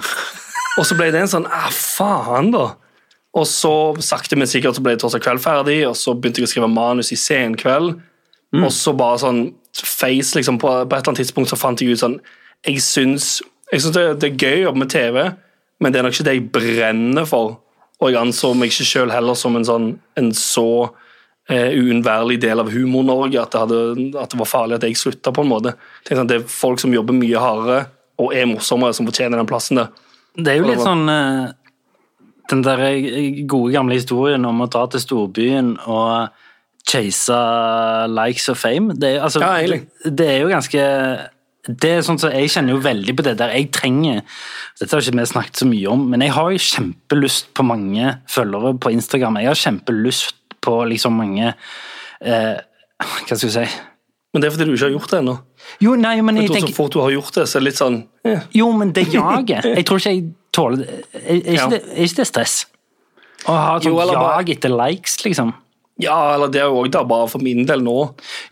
Og så ble det en sånn Ah, faen, da. Og så sakte, men sikkert så ble torsdag kveld ferdig, og så begynte jeg å skrive manus i senkveld. Mm. Og så bare sånn face, liksom, på, på et eller annet tidspunkt så fant jeg ut sånn Jeg syns, jeg syns det, det er gøy å jobbe med TV, men det er nok ikke det jeg brenner for. Og jeg anså meg ikke sjøl heller som en sånn en så eh, uunnværlig del av Humor-Norge at, det hadde- at det var farlig at jeg slutta, på en måte. Tenkte sånn, det er folk som jobber mye hardere og er morsommere, som fortjener den plassen der. Det er jo litt Eller hva? sånn eh, Den der eh, gode gamle historien om å dra til storbyen og chase likes og fame. Det er, altså, Ja, egentlig. det er jo ganske det er sånn som Jeg kjenner jo veldig på det der jeg trenger Dette har ikke vi snakket så mye om, men jeg har jo kjempelyst på mange følgere på Instagram. Jeg har kjempelyst på liksom mange eh, Hva skal jeg si Men det er fordi du ikke har gjort det ennå. Jo, nei, men Jeg jeg tror tenker så fort du har gjort det, så er det litt sånn eh. Jo, men det jaget. *laughs* Jeg tror ikke jeg tåler det. Er, er, ikke, Ja. det, er ikke det stress? Å ha Jo, et sånt eller bare- jag etter likes, liksom. Ja, eller det er jo òg da bare for min del nå.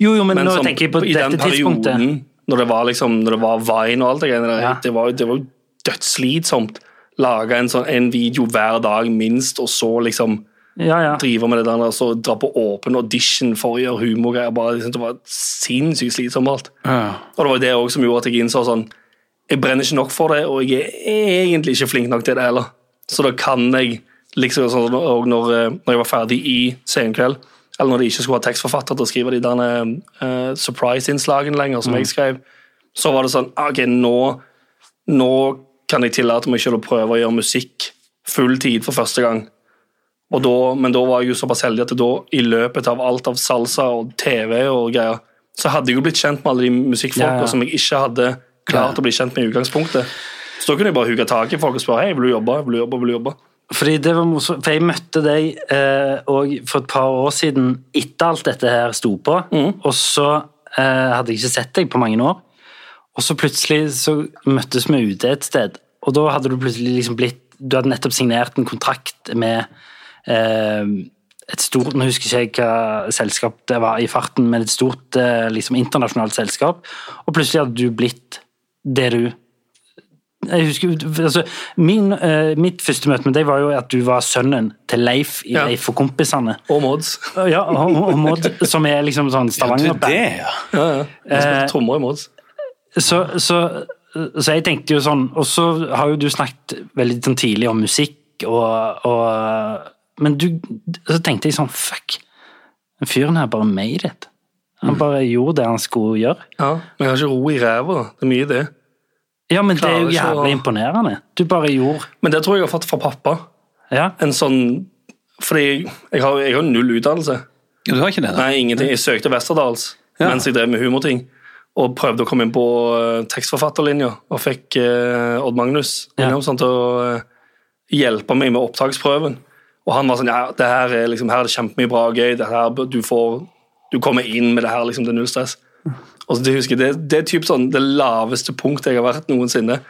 Jo, jo, men, nå sånn, tenker jeg på i den dette tidspunktet. perioden Når det var liksom, når det var Vine og alt det greiene der, Ja. det var jo det var jo dødsslitsomt. Lage en sånn en video hver dag minst, og så liksom Ja, ja. drive med det der, og så dra på åpen audition for å gjøre humorgreier. bare, liksom, Det var sinnssykt slitsomt alt. Og det var jo det også som gjorde at jeg innså sånn Jeg brenner ikke nok for det, og jeg er egentlig ikke flink nok til det heller. Så da kan jeg liksom sånn, Og når, eh, når jeg var ferdig i Senkveld, eller når de ikke skulle ha tekstforfatter til å skrive de der eh, surprise-innslagene lenger, som jeg skrev, så var det sånn OK, nå, nå kan jeg tillate meg selv å prøve å gjøre musikk full tid for første gang. Og da, men da var jeg jo såpass heldig at da, i løpet av alt av salsa og TV og greier, så hadde jeg jo blitt kjent med alle de musikkfolka Ja, ja. som jeg ikke hadde klart Ja. å bli kjent med i utgangspunktet. Så da kunne jeg bare huke tak i folk og spørre hei, vil du jobbe, vil du jobbe, vil du jobbe? Fordi det var morsomt, for jeg møtte deg eh, og for et par år siden etter alt dette her sto på, og så eh, hadde jeg ikke sett deg på mange år, og så plutselig så møttes vi ute et sted, og da hadde du plutselig liksom blitt, du hadde nettopp signert en kontrakt med eh, et stort, nå husker ikke jeg hva selskap det var i farten, men et stort eh, liksom internasjonalt selskap, og plutselig hadde du blitt det du jeg husker, altså, min, eh, mitt første møte med deg var jo at du var sønnen til Leif i Ja. Leif og kompisene. Og *laughs* Mods. Ja, og, og Maud, som er liksom sånn Stavanger-band. det, ja. Ja, ja. Jeg Eh. spilte trommer i Mods. Så, så, så jeg tenkte jo sånn Og så har jo du snakket veldig sånn tidlig om musikk og, og Men du Så tenkte jeg sånn Fuck, den fyren her bare made it. Han bare gjorde det han skulle gjøre. Ja, men jeg har ikke ro i ræva. Det er mye det. Ja, men det er Klarer ikke jo å- jævlig imponerende. Du bare gjorde Men det tror jeg jeg har fått fra pappa. Ja. En sånn Fordi jeg har jeg har jo null utdannelse. Ja, Du har ikke det, da? Nei, ingenting. Jeg søkte Westerdals mens jeg drev med humorting. Og prøvde å komme inn på eh, tekstforfatterlinja, og fikk eh, Odd Magnus Ja. Williamson til å eh, hjelpe meg med opptaksprøven. Og han var sånn ja, det her er, liksom, her er det kjempemye bra og gøy. Det her, bør- du, får, du kommer inn med det her, liksom, det er null stress. Og så det husker jeg, det, det er typ sånn det laveste punktet jeg har vært noensinne.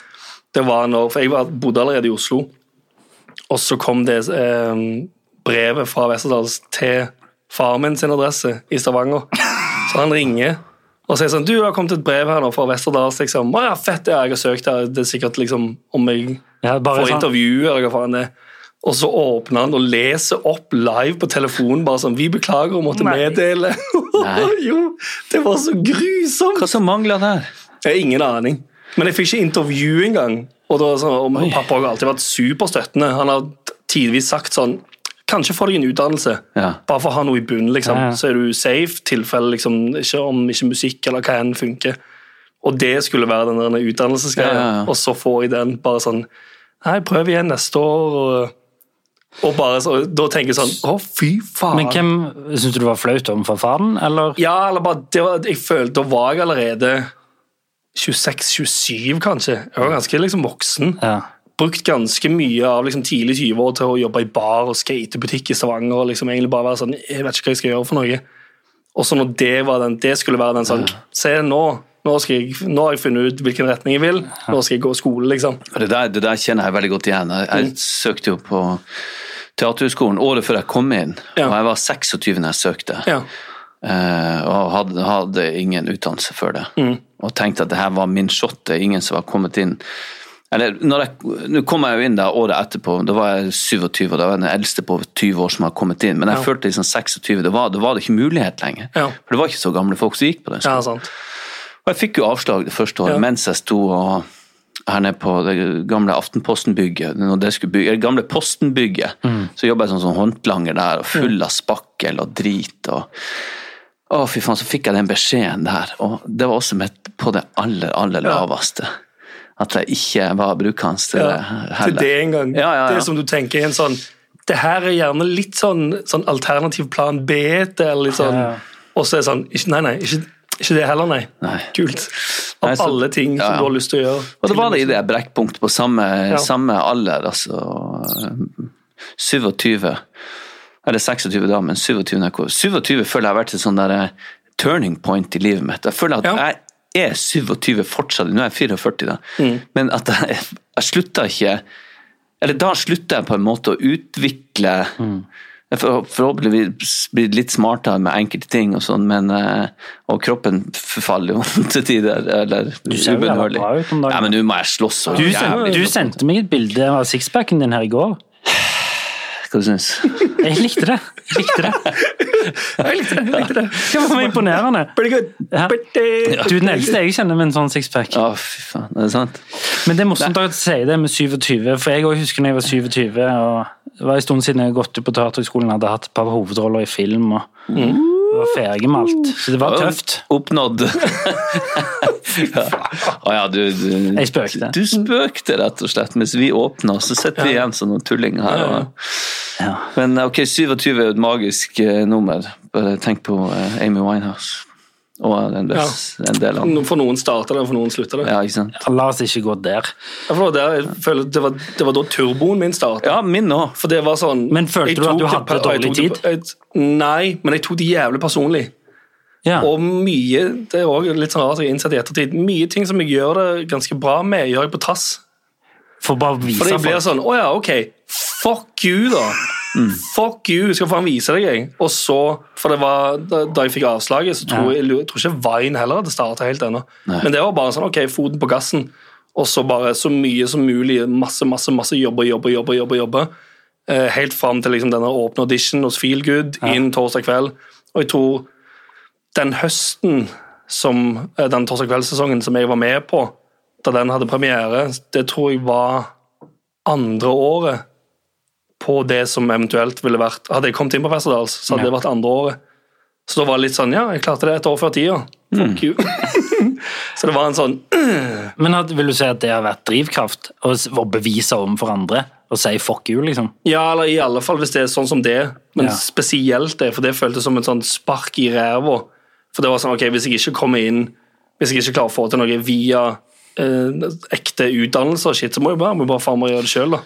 Det var når, For jeg var, bodde allerede i Oslo, og så kom det eh, brevet fra Westerdals til faren min sin adresse i Stavanger. Så han ringer og sier sånn Du, det har kommet et brev her nå fra Westerdals. liksom, Å ja, fett, ja, jeg har søkt her. Det er sikkert liksom om jeg ja bare får sånn, intervju, eller hva faen det er. Og så åpner han og leser opp live på telefonen bare sånn Vi beklager å måtte Nei. meddele. *laughs* jo, det var så grusomt! Hva som mangler der? Jeg har ingen aning. Men jeg fikk ikke intervju engang. Og da, så, og pappa har alltid vært superstøttende. Han har tidvis sagt sånn Kanskje få deg en utdannelse, Ja. bare for å ha noe i bunnen. liksom. Ja, ja. Så er du safe, tilfelle liksom, ikke om ikke musikk eller hva enn funker. Og det skulle være den der utdannelsesgreia. Ja, ja, ja. Og så får jeg den bare sånn Nei, prøv igjen neste år. Og, og bare så, da tenker jeg sånn Å, fy faen. Men hvem syns du det var flaut overfor faren, eller? Ja, eller bare det var, Jeg følte da var jeg allerede 26-27, kanskje. Jeg var ganske liksom voksen. Ja. Brukt ganske mye av liksom, tidlig 20-år til å jobbe i bar og skatebutikk i Stavanger. og liksom egentlig bare være sånn, Jeg vet ikke hva jeg skal gjøre for noe. Og så når det, var den, det skulle være den sånn Se nå. Nå, skal jeg, nå har jeg funnet ut hvilken retning jeg vil. Nå skal jeg gå skole, liksom. Og Det der, det der kjenner jeg veldig godt igjen. Jeg, jeg Mm. søkte jo på Teaterhøgskolen året før jeg kom inn, Ja. og jeg var 26 når jeg søkte. Ja. Eh, og hadde, hadde ingen utdannelse før det. Mm. Og tenkte at det her var min shot, det er ingen som var kommet inn. Eller, når jeg, nå kom jeg jo inn da året etterpå, da var jeg 27, og da var jeg den eldste på 20 år som hadde kommet inn. Men jeg følte liksom 26, da var, da var det ikke mulighet lenger. Ja. For det var ikke så gamle folk som gikk på den ja, sant. og jeg fikk jo avslag det første året Ja. mens jeg sto og her nede på det gamle Aftenposten-bygget, når det skulle bygge, eller gamle Posten-bygget, Mm. så jobba jeg som sånn håndlanger der, og full av spakkel og drit. og Å, fy faen, så fikk jeg den beskjeden der. Og det var også mitt på det aller, aller laveste. At jeg ikke var brukende til Ja, det til heller. det en gang. Ja, ja, ja. Det som du tenker er en sånn Det her er gjerne litt sånn, sånn alternativ plan B til eller litt sånn Ja. Og så er det sånn ikke, Nei, nei, ikke, ikke det heller, nei. Nei. Kult. Av Nei, så- alle ting ja, ja. som du har lyst til å gjøre. Og det var det i det brekkpunktet på samme, Ja. samme alder, altså eh, 27 Eller 26 da, men 27 når jeg kom. 27 føler jeg har vært et sånn der eh, turning point i livet mitt. Jeg føler at Ja. jeg er 27 fortsatt, nå er jeg 44 da, Mm. men at jeg, Mm. jeg slutta ikke Eller da slutta jeg på en måte å utvikle Jeg for, forhåpentligvis blir litt smartere med enkelte ting og sånn, men eh, Og kroppen forfaller jo *laughs* til tider, eller Du ser jo jævla ubønnhørlig. bra ut om dagen. Ja, men nå må jeg slåss så Du, jævlig. sendte, du sendte meg et bilde av sixpacken din her i går. Hva du syns du? Jeg likte det. Jeg likte det. Jeg likte det. jeg *laughs* likte det. Det var imponerende. Pretty good. Ja. Pretty... Du er den eldste jeg kjenner med en sånn sixpack. Å, fy faen. Er det sant? Men det er morsomt at du sier det med 27, for jeg også husker når jeg var 27, og det var en stund siden jeg hadde gått ut på teaterhøgskolen og hadde hatt et par hovedroller i film og Mm. var ferdig med alt. Så det var tøft. Oppnådd. *laughs* ja. Å ja, du, du Jeg spøkte. Du spøkte, rett og slett. Mens vi åpna, så sitter vi igjen som noen tullinger her. Og... Ja. Men eh, ok, 27 er jo et magisk eh, nummer. Bare tenk på eh, Amy Winehouse. Og en, best, en del andre. For noen starter det, og for noen slutter det. Ja, ikke sant? La oss ikke gå der. Ja, for det var der jeg føler at Det var, det var da turboen min startet. Ja, min òg. For det var sånn Men følte jeg du tok at du det hadde pe- og jeg dårlig tok det pe- jeg- Nei, men jeg tok det jævlig personlig. Ja. Og mye Det er også litt sånn rart jeg har innsett i ettertid. Mye ting som jeg gjør det ganske bra med, gjør jeg på trass. For bare å vise For jeg blir folk. sånn Å ja, OK. Fuck you, da. Mm. Fuck you, skal faen vise deg, jeg. Og så, for det var da, da jeg fikk avslaget, så tror jeg, jeg tror ikke Vine heller hadde starta helt ennå. Men det var bare sånn OK, foten på gassen, og så bare så mye som mulig. Masse, masse, masse jobbe, jobbe, jobbe. jobbe, jobbe. Eh, helt fram til liksom, denne åpne audition hos Feel Good inn torsdag kveld. Og jeg tror den høsten som eh, den torsdag kveldssesongen som jeg var med på, da den hadde premiere, det tror jeg var andre året på det som eventuelt ville vært Hadde jeg kommet inn på Westerdals, så hadde det vært andre året. Så da var det litt sånn Ja, jeg klarte det et år før tida. Fuck you. *laughs* så det var en sånn Men at, vil du si at det har vært drivkraft? Å s- å bevise overfor andre og si 'fuck you', liksom? Ja, eller i alle fall hvis det er sånn som det, men Ja. spesielt det, for det føltes som et sånn spark i ræva. For det var sånn, ok, hvis jeg ikke kommer inn, hvis jeg ikke klarer å få til noe via eh, ekte utdannelse og shit, så må jeg bare, må jeg bare faen meg gjøre det sjøl, da.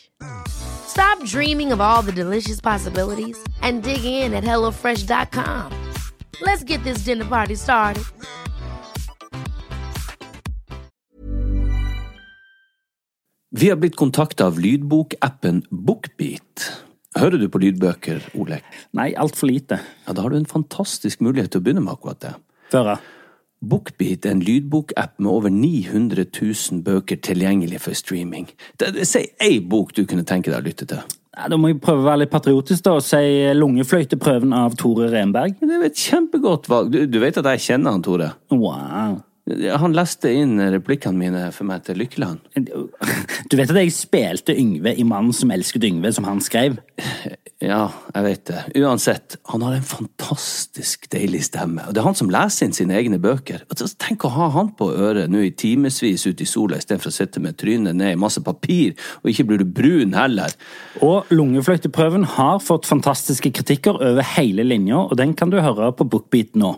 Stop dreaming of all the delicious possibilities and dig in at HelloFresh.com. Let's get this dinner party started. Vi har blitt kontakta av lydbokappen Bookbeat. Hører du på lydbøker, Olek? Nei, altfor lite. Ja, da har du en fantastisk mulighet til å begynne med akkurat det. Føre. Bookbeat er en lydbokapp med over 900 000 bøker tilgjengelig for streaming. Det- det- Si ei bok du kunne tenke deg å lytte til. Nei, Da må jeg prøve å være litt patriotisk da, og si 'Lungefløyteprøven' av Tore Renberg. Men Det er jo et kjempegodt valg. Du, du vet at jeg kjenner han, Tore? Wow. Han leste inn replikkene mine for meg til Lykkeland. Du vet at jeg spilte Yngve i 'Mannen som elsket Yngve', som han skrev? Ja, jeg vet det. Uansett, han har en fantastisk deilig stemme. Og det er han som leser inn sine egne bøker. Og så Tenk å ha han på øret nå i timevis ute i sola istedenfor å sitte med trynet ned i masse papir, og ikke blir du brun heller. Og Lungefløyteprøven har fått fantastiske kritikker over hele linja, og den kan du høre på Bookbeat nå.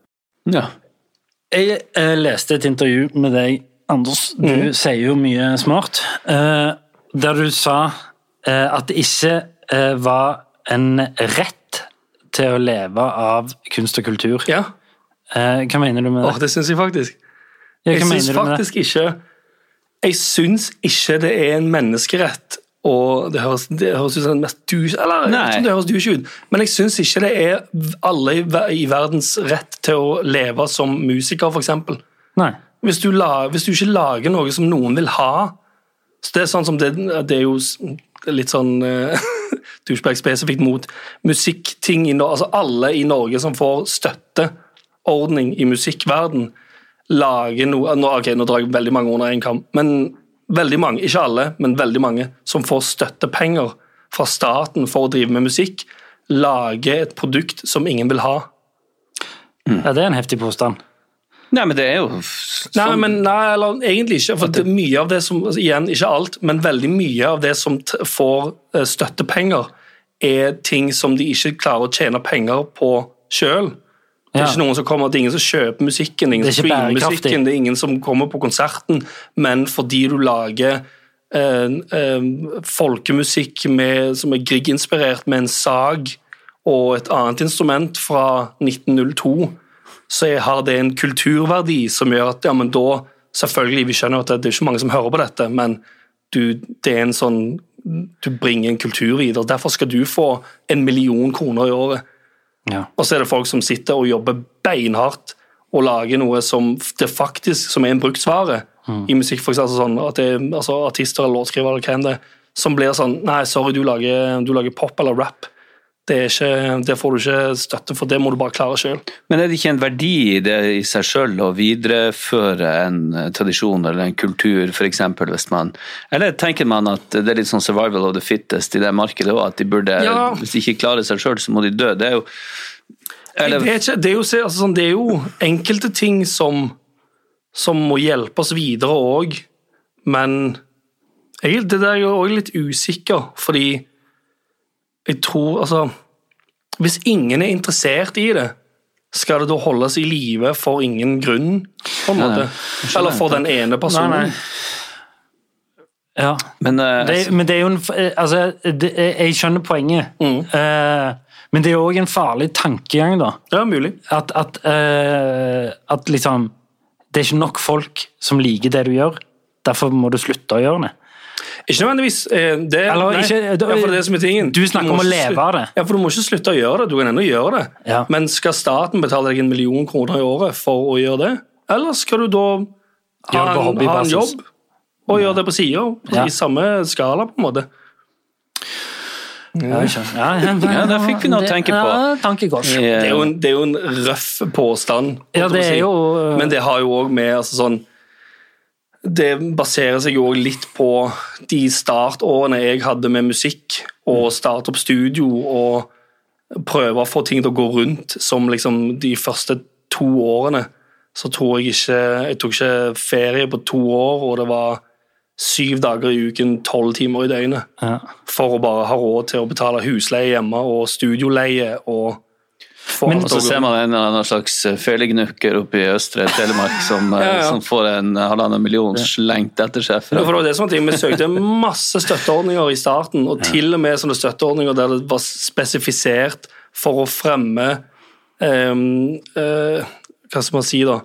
Ja. Jeg eh, leste et intervju med deg, Anders. Du Mm. sier jo mye smart. eh, der du sa eh, at det ikke eh, var en rett til å leve av kunst og kultur. Ja, Eh, hva mener du med Åh, det? det syns jeg faktisk. Ja, Jeg hva syns mener du med det? faktisk ikke Jeg syns ikke det er en menneskerett og Det høres, det høres ut som den mest du, eller, jeg vet ikke om det høres du ikke ut, men jeg syns ikke det er alle i, ver- i verdens rett til å leve som musiker, f.eks. Nei. Hvis du, la, hvis du ikke lager noe som noen vil ha så Det er sånn som det, det er jo s- litt sånn eh, *laughs* douchebag spesifikt mot musikkting i Norge. Altså alle i Norge som får støtteordning i musikkverden, lager noe eh, nå, Ok, nå drar jeg veldig mange under én kam, men veldig mange, ikke alle, men veldig mange, som får støttepenger fra staten for å drive med musikk, lager et produkt som ingen vil ha. Ja, det er en heftig påstand. Nei, men det er jo sånn. Nei, men nei, eller, egentlig ikke. For det, mye av det som, altså, igjen, ikke alt, men veldig mye av det som t får eh, støttepenger, er ting som de ikke klarer å tjene penger på sjøl. Det er Ja. ikke noen som kommer, det er ingen som kjøper musikken, det er ingen Det er som ikke streamer bærekraftig. musikken, det er ingen som kommer på konserten, men fordi du lager eh, eh, folkemusikk med, som er Grieg-inspirert med en sag og et annet instrument fra 1902, så jeg har det en kulturverdi som gjør at ja, men da Selvfølgelig, vi skjønner jo at det er ikke mange som hører på dette, men du, det er en sånn Du bringer en kultur i det, og derfor skal du få en million kroner i året. Ja. Og så er det folk som sitter og jobber beinhardt og lager noe som det faktisk som er en bruksvare i musikk, for eksempel sånn at det er altså, artister eller låtskrivere eller hvem det er, som blir sånn Nei, sorry, du lager, du lager pop eller rap. Det, er ikke, det får du ikke støtte for, det må du bare klare sjøl. Men er det ikke en verdi i det i seg sjøl å videreføre en eh, tradisjon eller en kultur, f.eks. hvis man Eller tenker man at det er litt sånn survival of the fittest i det markedet òg, at de burde Ja. Hvis de ikke klarer seg sjøl, så må de dø. Det er jo Jeg eller, vet ikke, det er jo, se- altså, sånn, det er jo enkelte ting som, som må hjelpe oss videre òg, men jeg, det der er jo òg litt usikker, fordi jeg tror Altså, hvis ingen er interessert i det, skal det da holdes i live for ingen grunn, på en måte? Eller for den ene personen? Nei, nei. Ja. Men, eh, Det, men det er jo en f- eh, Altså, det, jeg jeg skjønner poenget. Mm. Eh, men det er òg en farlig tankegang, da. Det er mulig. At, at, eh, at liksom Det er ikke nok folk som liker det du gjør. Derfor må du slutte å gjøre det. Ikke nødvendigvis. eh, Det, Eller nei, ikke- da- ja, for det er det som er tingen. Du snakker må om å ikke leve slu- av det. Ja, for du må ikke slutte å gjøre det. Du kan ennå gjøre det. Ja. Men skal staten betale deg en million kroner i året for å gjøre det? Eller skal du da ha Gjøre det på en, ha en hobbybasis. jobb og gjøre det på sida? Ja. I samme skala, på en måte. Ja, jeg skjønner. ja, ja, Ja, der fikk vi noe å tenke på. Ja, tankekors. eh, Det er jo en, det er jo en røff påstand. Ja, holdt jeg på å det er si. jo, eh, Men det har jo òg med altså, sånn Det baserer seg jo også litt på de startårene jeg hadde med musikk, og Mm. starte opp studio og prøve å få ting til å gå rundt, som liksom de første to årene. Så tror jeg ikke Jeg tok ikke ferie på to år, og det var syv dager i uken, tolv timer i døgnet Ja. for å bare ha råd til å betale husleie hjemme og studioleie og få Men- alt Og så til å gå ser man en eller annen slags felegnukker oppe i Østre Telemark som, eh, *laughs* Ja, ja. som får en halvannen million slengt etter seg. Ja, Fra. for det var det som var ting. Vi søkte masse støtteordninger i starten, og til og med sånne støtteordninger der det var spesifisert for å fremme ehm, eh, Hva skal man si, da?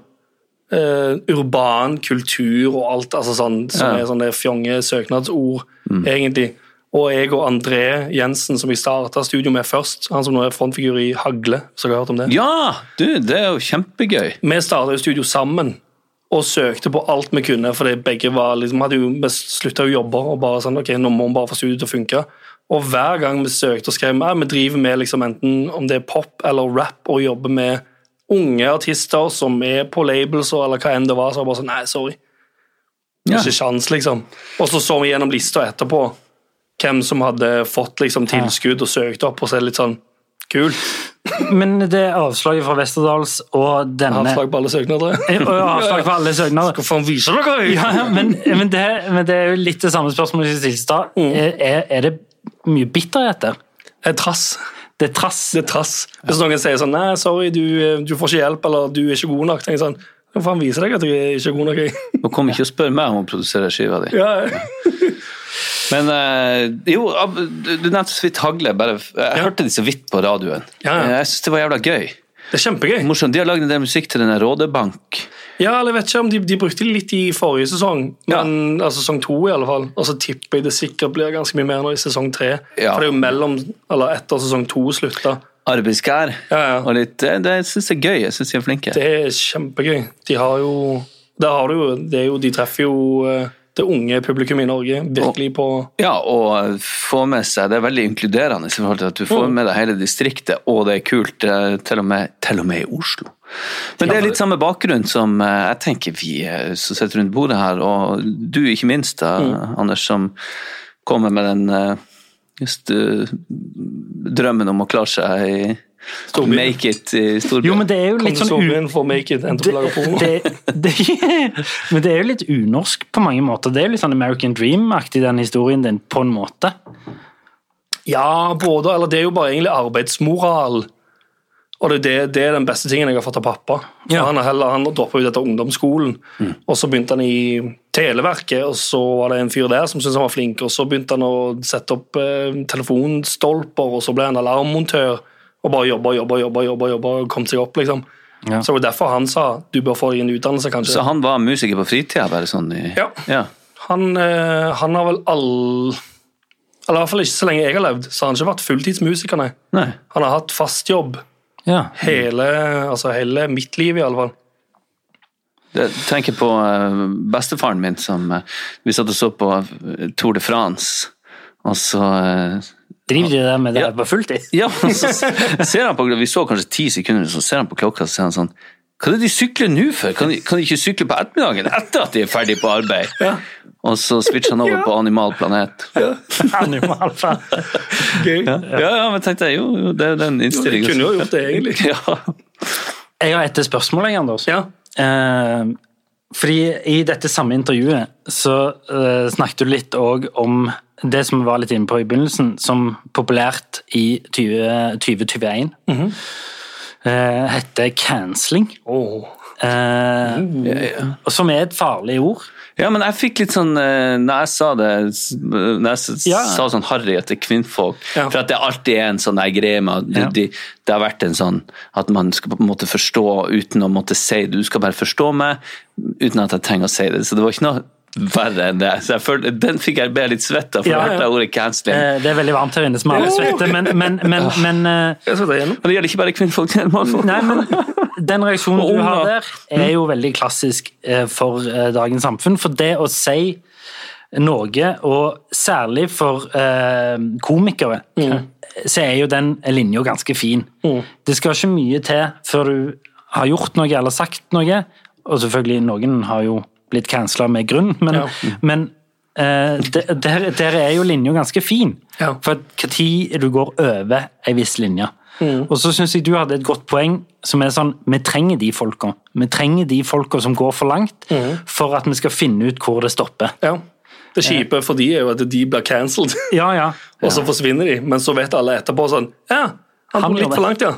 Eh, urban kultur og alt, altså sånn, som Ja. er sånne fjonge søknadsord, egentlig. Og jeg og André Jensen, som jeg starta studio med først, han som nå er frontfigur i Hagle, så har du hørt om det? Ja, du, det er jo kjempegøy. vi starta jo studio sammen og søkte på alt vi kunne, fordi begge var liksom, hadde jo, vi slutta jo jobber og bare sånn, ok, nå må vi bare få studio til å funke. Og hver gang vi søkte og skrev, ja, vi driver med liksom enten om det er pop eller rap og jobber med unge artister som er på labels og eller hva enn det var, så var det bare sånn Nei, sorry. Ja. Ikke sjans, liksom. Og så så vi gjennom lista etterpå hvem som hadde fått liksom, tilskudd og søkt opp, og så er det litt sånn Kult. Men det avslaget fra Westerdals og denne Eh, Avslag på alle søknader. Og avslag på alle søknader. Hva faen viser dere? Ja, ja, men, men, det, men det er jo litt det samme spørsmålet som stilte i stad. Mm. Er, er det mye bitterhet der? Det er trass. Det er trass. Det er trass. Hvis noen sier sånn Nei, sorry, du, du får ikke hjelp, eller du er ikke god nok, tenker jeg sånn Hva faen viser deg at du er ikke god nok? *laughs* jeg?» Nå kom ikke og spør meg om å produsere skiva di. Ja. Men eh, jo, Ab- du du nevnte så vidt Hagle. Bare, f- jeg hørte de så vidt på radioen. Ja, ja. Eh, Jeg syns det var jævla gøy. Det er kjempegøy. Morsomt. De har lagd en del musikk til denne Rådebank. Ja, eller jeg vet ikke om de, de brukte det litt i forrige sesong, men, altså sesong to i alle fall. Og så tipper jeg det sikkert blir ganske mye mer nå i sesong tre. Ja. For det er jo mellom, eller etter sesong to slutta. Arbeidsgær. Ja, ja. Og litt, det, det jeg syns jeg er gøy. Jeg syns de er flinke. Det er kjempegøy. De har jo Der har du jo Det er jo De treffer jo eh, det unge publikum i Norge virkelig på Ja, og få med seg Det er veldig inkluderende i forhold til at du Mm. får med deg hele distriktet, og det er kult, eh, til og med, til og med i Oslo. Men det er litt samme bakgrunn som eh, jeg tenker vi eh, som sitter rundt bordet her, og du ikke minst, da, Mm. Anders, som kommer med den eh, just, eh, drømmen om å klare seg i Make it i storbyen. Jo, men det er jo litt Kom så sånn u- inn for make it, endte opp å lage porno. det, det, Men det er jo litt unorsk på mange måter. Det er jo litt sånn American Dream-aktig, den historien din, på en måte. Ja, både Eller det er jo bare egentlig arbeidsmoral. Og det, er det, det er den beste tingen jeg har fått av pappa. For Ja. Han, er heller, han droppa ut etter ungdomsskolen, og så begynte han i Televerket. Og så var det en fyr der som syntes han var flink, og så begynte han å sette opp eh, telefonstolper, og så ble han alarmmontør. Og bare jobba, jobba, jobba, jobba, jobba og kom seg opp, liksom. Ja. Så det var derfor han sa du bør få deg en utdannelse, kanskje. Så han var musiker på fritida, bare sånn i Ja. Han, eh, han har vel all Eller i hvert fall ikke så lenge jeg har levd, så har han ikke vært fulltidsmusiker, nei. Nei. Han har hatt fast jobb Ja. hele, altså hele mitt liv, i alle fall. Jeg tenker på eh, bestefaren min som eh, Vi satt og så på eh, Tour de France, og så eh, Driver de der med det Ja. der på fulltid? Ja, *laughs* og så ser han på Vi så kanskje ti sekunder, så ser han på klokka og sier han sånn Hva er det de sykler nå for? Kan de, kan de ikke sykle på ettermiddagen etter at de er ferdig på arbeid? Og så switcher han over på Animal Planet. Ja, *laughs* Animalferd. ja, men tenkte jeg, jo, jo, det er den innstillingen. kunne jo gjort det, egentlig. *laughs* Ja. Jeg har et spørsmål, jeg, Anders. Ja. Eh, fordi i dette samme intervjuet så eh, snakket du litt òg om det som vi var litt inne på i begynnelsen, som populært i 20 2021 Mhm. eh, heter cancelling. Åh. Mm. eh, og Som er et farlig ord. ja, men jeg fikk litt sånn eh, Når jeg sa det s- Når jeg s- Ja. sa sånn harry etter kvinnfolk Ja. For at det alltid er en sånn der greie med at de, Ja. de, Det har vært en sånn at man skal på en måte forstå uten å måtte si det. Du skal bare forstå meg uten at jeg trenger å si det. Så det var ikke noe verre enn det. Så jeg følte, den fikk jeg ble litt svett av, for Ja, jeg ja. hørte ordet canceling. Eh, det er veldig varmt her inne, som alle svetter, men, men, men, men, eh, Jeg skal ta Men igjennom. det gjelder ikke bare kvinnfolk. det gjelder mannfolk. Nei, men den Og reaksjonen du unger. har der, er jo veldig klassisk eh, for eh, dagens samfunn. For det å si noe, og særlig for eh, komikere, så er jo den linja ganske fin. Det skal ikke mye til før du har gjort noe eller sagt noe. Og selvfølgelig, noen har jo blitt cancela med grunn, men, men eh, de- der, der er jo linja ganske fin. Ja. For når du går over ei viss linje. Mm. Og så syns jeg du hadde et godt poeng som er sånn Vi trenger de folka. Vi trenger de folka som går for langt, Mm. for at vi skal finne ut hvor det stopper. Ja. Det kjipe for de er jo at de blir cancelled, *laughs* Ja, ja. og så forsvinner de. Men så vet alle etterpå sånn Ja, han Han dro litt gjorde for langt, ja.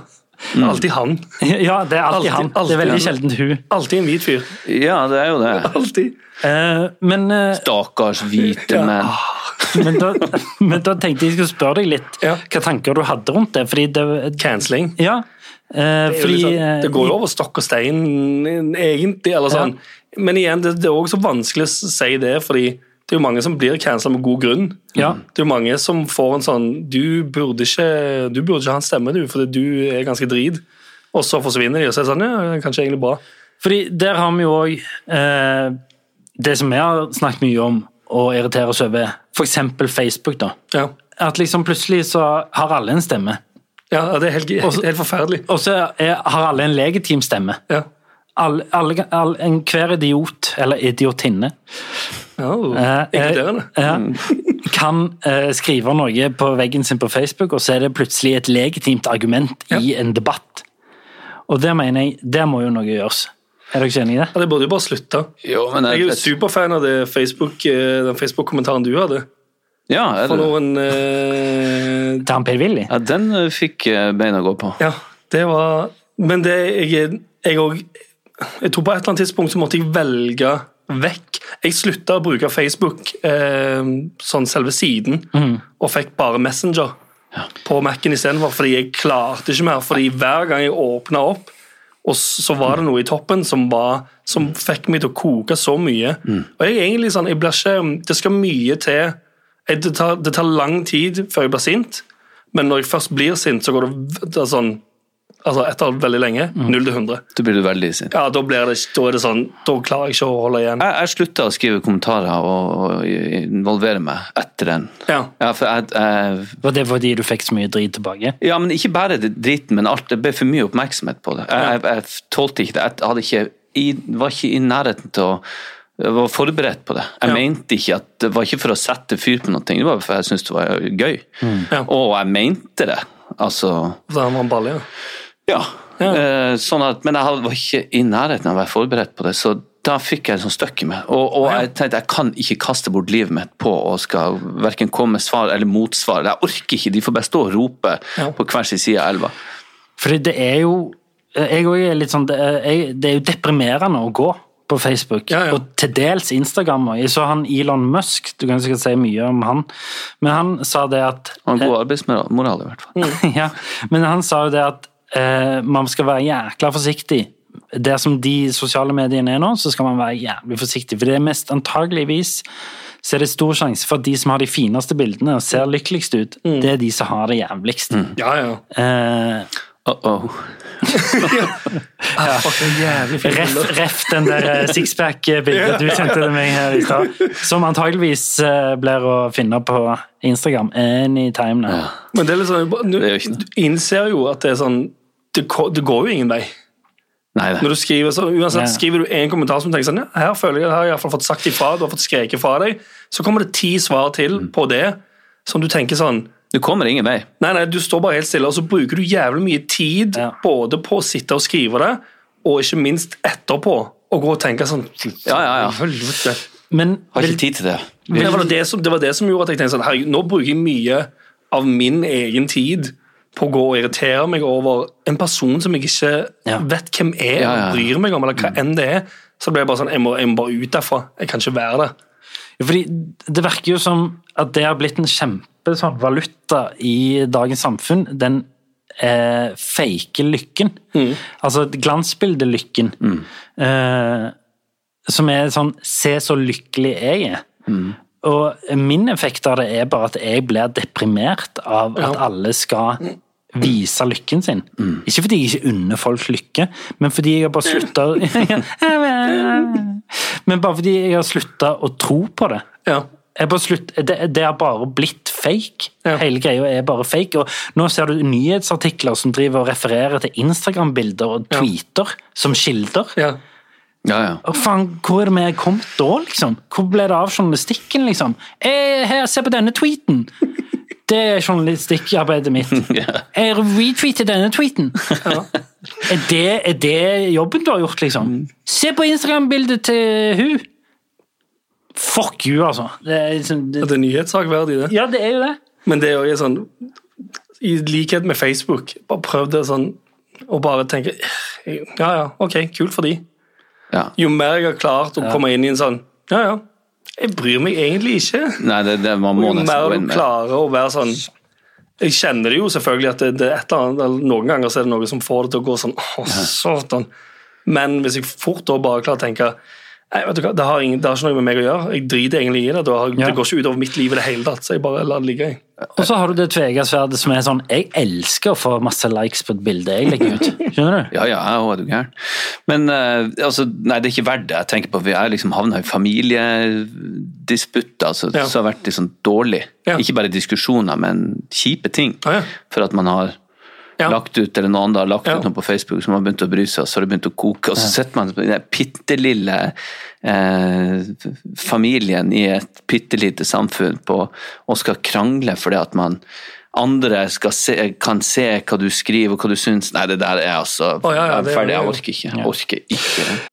Alltid han. Ja, det er Alltid- alltid han. Det er veldig alltid han. sjelden hun. Alltid en hvit fyr. Ja, det er jo *laughs* det. Alltid. Eh, men, eh, Stakkars hvite menn. men, da, *laughs* men da tenkte jeg jeg skulle spørre deg litt Ja. hva tanker du hadde rundt det. Fordi det Cancelling. Ja. eh, Det er jo fordi litt sånn, det går eh, jo over stokk og stein, egentlig. eller sånn. Men igjen, det, det er også så vanskelig å si det, fordi det er jo mange som blir cancela med god grunn. Ja. Det er jo mange som får en sånn Du burde ikke, du burde ikke ha en stemme, du, fordi du er ganske drit. Og så forsvinner de, og så er det sånn Ja, det er kanskje egentlig bra. Fordi der har vi jo òg eh, det som vi har snakket mye om og irriterer oss over, f.eks. Facebook. da. Ja. At liksom plutselig så har alle en stemme. Ja, det er helt, helt, helt forferdelig. Og så er- har alle en legitim stemme. Ja. Alle, alle, all- en, hver idiot, eller idiotinne, Ja, jo. eh, inkluderende. Mm. ja, *laughs* kan eh, skrive noe på veggen sin på Facebook, og så er det plutselig et legitimt argument i en debatt. Og der mener jeg, der må jo noe gjøres. Er dere ikke enig i det? Ja, det burde jo bare slutte. Jo, men Jeg er jo jeg- superfan av det Facebook, eh, den Facebook-kommentaren du hadde. Ja, er For det, noen eh, Til han Per-Willy? ja, den eh, fikk eh, beina å gå på. Ja, det var Men det jeg jeg òg Jeg tror på et eller annet tidspunkt så måtte jeg velge vekk. Jeg slutta å bruke Facebook, eh, sånn selve siden, og fikk bare Messenger på Mac-en istedenfor, fordi jeg klarte ikke mer. Fordi hver gang jeg åpna opp, og s- så var det noe i toppen som, var, som fikk meg til å koke så mye. Og jeg er egentlig sånn, jeg blir ikke Det skal mye til jeg, det, tar, det tar lang tid før jeg blir sint. Men når jeg først blir sint, så går det, v- det er sånn altså etter veldig lenge. Mm. 0 til 100. Da blir du veldig sint. Ja, da, blir det, ikke- da er det sånn Da klarer jeg ikke å holde igjen. Jeg, jeg slutta å skrive kommentarer og, og involvere meg etter den. Ja. Ja, for jeg, jeg Var det fordi du fikk så mye drit tilbake? Ja, men ikke bare det driten, men alt. Det ble for mye oppmerksomhet på det. Jeg, jeg, jeg tålte ikke det. Jeg hadde ikke, i, var ikke i nærheten til å jeg var forberedt på det. Jeg Ja. mente ikke at Det var ikke for å sette fyr på noe, det var for jeg syntes det var gøy. Mm. Ja. Og jeg mente det. Altså Da har man balle, ja. Ja. Eh, sånn at, men jeg had- var ikke i nærheten av å være forberedt på det, så da fikk jeg en sånn støkk i meg. Og, og jeg tenkte jeg kan ikke kaste bort livet mitt på å skal verken komme med svar eller motsvar. Jeg orker ikke, de får bare stå og rope på hver sin side av elva. Fordi det er jo jeg også er litt sånn, det er, jeg, det er jo deprimerende å gå på Facebook, Ja, ja. og til dels Instagram. også. Jeg så han Elon Musk, du kan sikkert si mye om han, men han sa det at Og en god arbeidsmoral, i hvert fall. Mm. *laughs* ja, men han sa jo det at eh, man skal være jækla forsiktig. Der som de sosiale mediene er nå, så skal man være jævlig forsiktig. For det er mest antageligvis så er det stor sjanse for at de som har de fineste bildene og ser lykkeligst ut, Mm. det er de som har det jævligst. Ja, ja. Eh, Uh-oh. Ah, fuck, det er jævlig fint. Ref, ref den der eh, sixpack-bildet du sendte til meg her i stad. Som antageligvis eh, blir å finne på Instagram anytime now. Men det er litt sånn, nå- Det er jo ikke noe. du innser jo at det er sånn det, ko- det går jo ingen vei. Nei, det. Når du skriver, så, uansett, Ja. skriver du en kommentar som du tenker sånn, ja, her føler jeg, her har jeg i hvert fall fått sagt ifra, du har fått skreket fra deg, så kommer det ti svar til Mm. på det, som du tenker sånn, Du kommer ingen vei. Nei, nei, du står bare helt stille, og så bruker du jævlig mye tid Ja. både på å sitte og skrive det, og ikke minst etterpå å gå og tenke sånn Ja, ja, ja. Helvete. Men Har vil, ikke tid til det. Men det, var det, som, det var det som gjorde at jeg tenkte sånn Herregud, nå bruker jeg mye av min egen tid på å gå og irritere meg over en person som jeg ikke Ja. vet hvem er, Ja, ja, ja. bryr meg om, eller hva enn det er. Så ble jeg bare sånn Jeg må, jeg må bare ut derfra. Jeg kan ikke være der. fordi det virker jo som at det har blitt en kjempe sånn, valuta i dagens samfunn. Den eh, fake lykken. Altså glansbildelykken. Eh, som er sånn Se så lykkelig jeg er. Og min effekt av det er bare at jeg blir deprimert av at alle skal vise lykken sin. Ikke fordi jeg ikke unner folk lykke, men fordi jeg har bare slutta *laughs* Men bare fordi jeg har slutta å tro på det. Ja. Jeg har bare slutt, det, det har bare blitt fake. Ja. Hele greia er bare fake. Og nå ser du nyhetsartikler som driver og refererer til Instagram-bilder og Ja. tweeter som kilder. ja. Ja, ja. Å, faen, hvor er det vi er kommet da, liksom? Hvor ble det av journalistikken, liksom? Eh, her, se på denne tweeten! Det er journalistikkarbeidet *laughs* mitt. Jeg retweeter denne tweeten. Er, det, er det jobben du har gjort, liksom? Mm. Se på Instagram-bildet til hun! Fuck you, altså. Det er, liksom, det, Det er nyhetssakverdig, det. ja, det er jo det. Men det er jo sånn I likhet med Facebook, bare prøv det sånn og bare tenke Ja, ja, ok, kult for de. ja. Jo mer jeg har klart å komme inn i en sånn Ja, ja, jeg bryr meg egentlig ikke. Nei, det, det, man må Jo nesten mer gå inn du med det. klarer å være sånn Jeg kjenner det jo selvfølgelig at det, det er et eller annet eller Noen ganger så er det noe som får det til å gå sånn Å, satan. Men hvis jeg fort da bare klarer å tenke Nei, vet du hva, det har, ingen, det har ikke noe med meg å gjøre. Jeg driter egentlig i det. Det, har, Ja. det går ikke utover mitt liv i det hele tatt. Så jeg bare lar det ligge. jeg. Og så har du det tveeggersverdet som er sånn Jeg elsker å få masse likes på et bilde jeg legger ut. Skjønner du? Ja, ja, jeg òg er du gæren. Men eh, altså, nei, det er ikke verdt det. Jeg tenker på at Jeg liksom havna i familiedisputter altså, Ja. som har vært liksom dårlig. Ja. Ikke bare diskusjoner, men kjipe ting. Ja, ja. For at man har Ja. lagt ut, eller noen andre har lagt Ja. ut noe på Facebook som har begynt å bry seg, og så har det begynt å koke, og så sitter man på den der bitte lille eh, familien i et bitte lite samfunn på, og skal krangle fordi at man andre skal se, kan se hva du skriver og hva du syns. Nei, det der er altså Å, ja, ja, det- Jeg er ferdig, jeg orker ikke. Jeg orker ikke.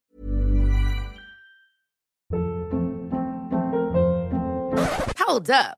Hold up.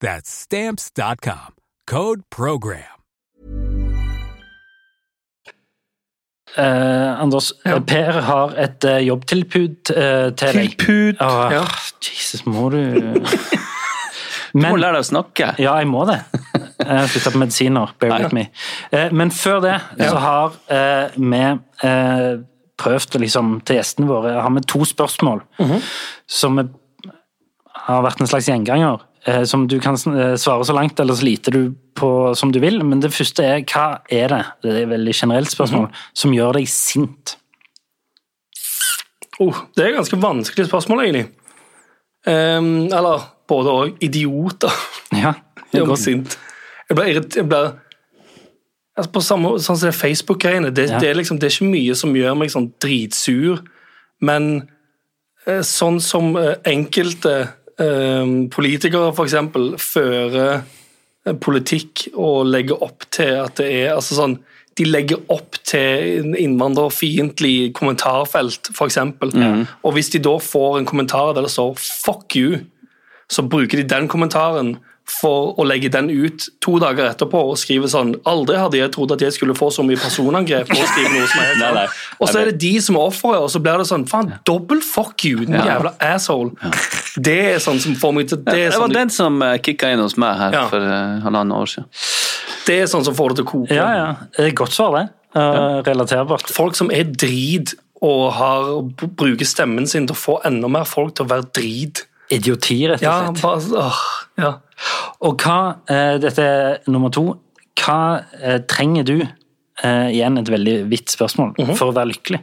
That's stamps.com. Code program. Eh, Anders, Ja. Per har et eh, jobbtilbud eh, til deg. Tilbud! Åh, Ja. Jesus, må du *laughs* Du må Men lære deg å snakke. Ja, jeg må det. Jeg har slutta på medisiner. Bear with me. Eh, Men før det så har eh, vi eh, prøvd å liksom, til gjestene våre har vi to spørsmål som er, har vært en slags gjenganger. eh, Som du kan sn- eh, svare så langt eller så lite du på som du vil. Men det første er hva er det, det er et veldig generelt spørsmål, som gjør deg sint? Oh, det er et ganske vanskelig spørsmål, egentlig. Ehm, eller både og. Idioter. Ja, det Jeg blir er godt. sint. Jeg blir irritert. Jeg blir altså på samme, sånn som det Facebook-greiene. Det, Ja. det, er liksom, det er ikke mye som gjør meg sånn dritsur, men eh, sånn som eh, enkelte eh, politikere, for eksempel, fører eh, politikk og legger opp til at det er altså sånn de legger opp til en innvandrerfiendtlig kommentarfelt, f.eks. eksempel. Og hvis de da får en kommentar der det står 'fuck you', så bruker de den kommentaren for å legge den ut to dager etterpå og skrive sånn Aldri hadde jeg trodd at jeg skulle få så mye personangrep. Og skrive noe som er helt Nei, nei. sant. Og så er det de som er offeret, og så blir det sånn Faen, dobbel fuck you, din jævla asshole. Det er sånn som får meg til Det er Det var sånn, den som eh, kicka inn hos meg her Ja. for eh, halvannet år siden. det er sånn som får det til å koke. Ja, ja. Det er et godt svar, det. Eh, Relaterbart. Folk som er drit og har, b- bruker stemmen sin til å få enda mer folk til å være drit. Idioti, rett og Ja, slett. bare, åh, ja. Og hva, eh, dette er nummer to, hva eh, trenger du, eh, igjen et veldig vidt spørsmål, for å være lykkelig?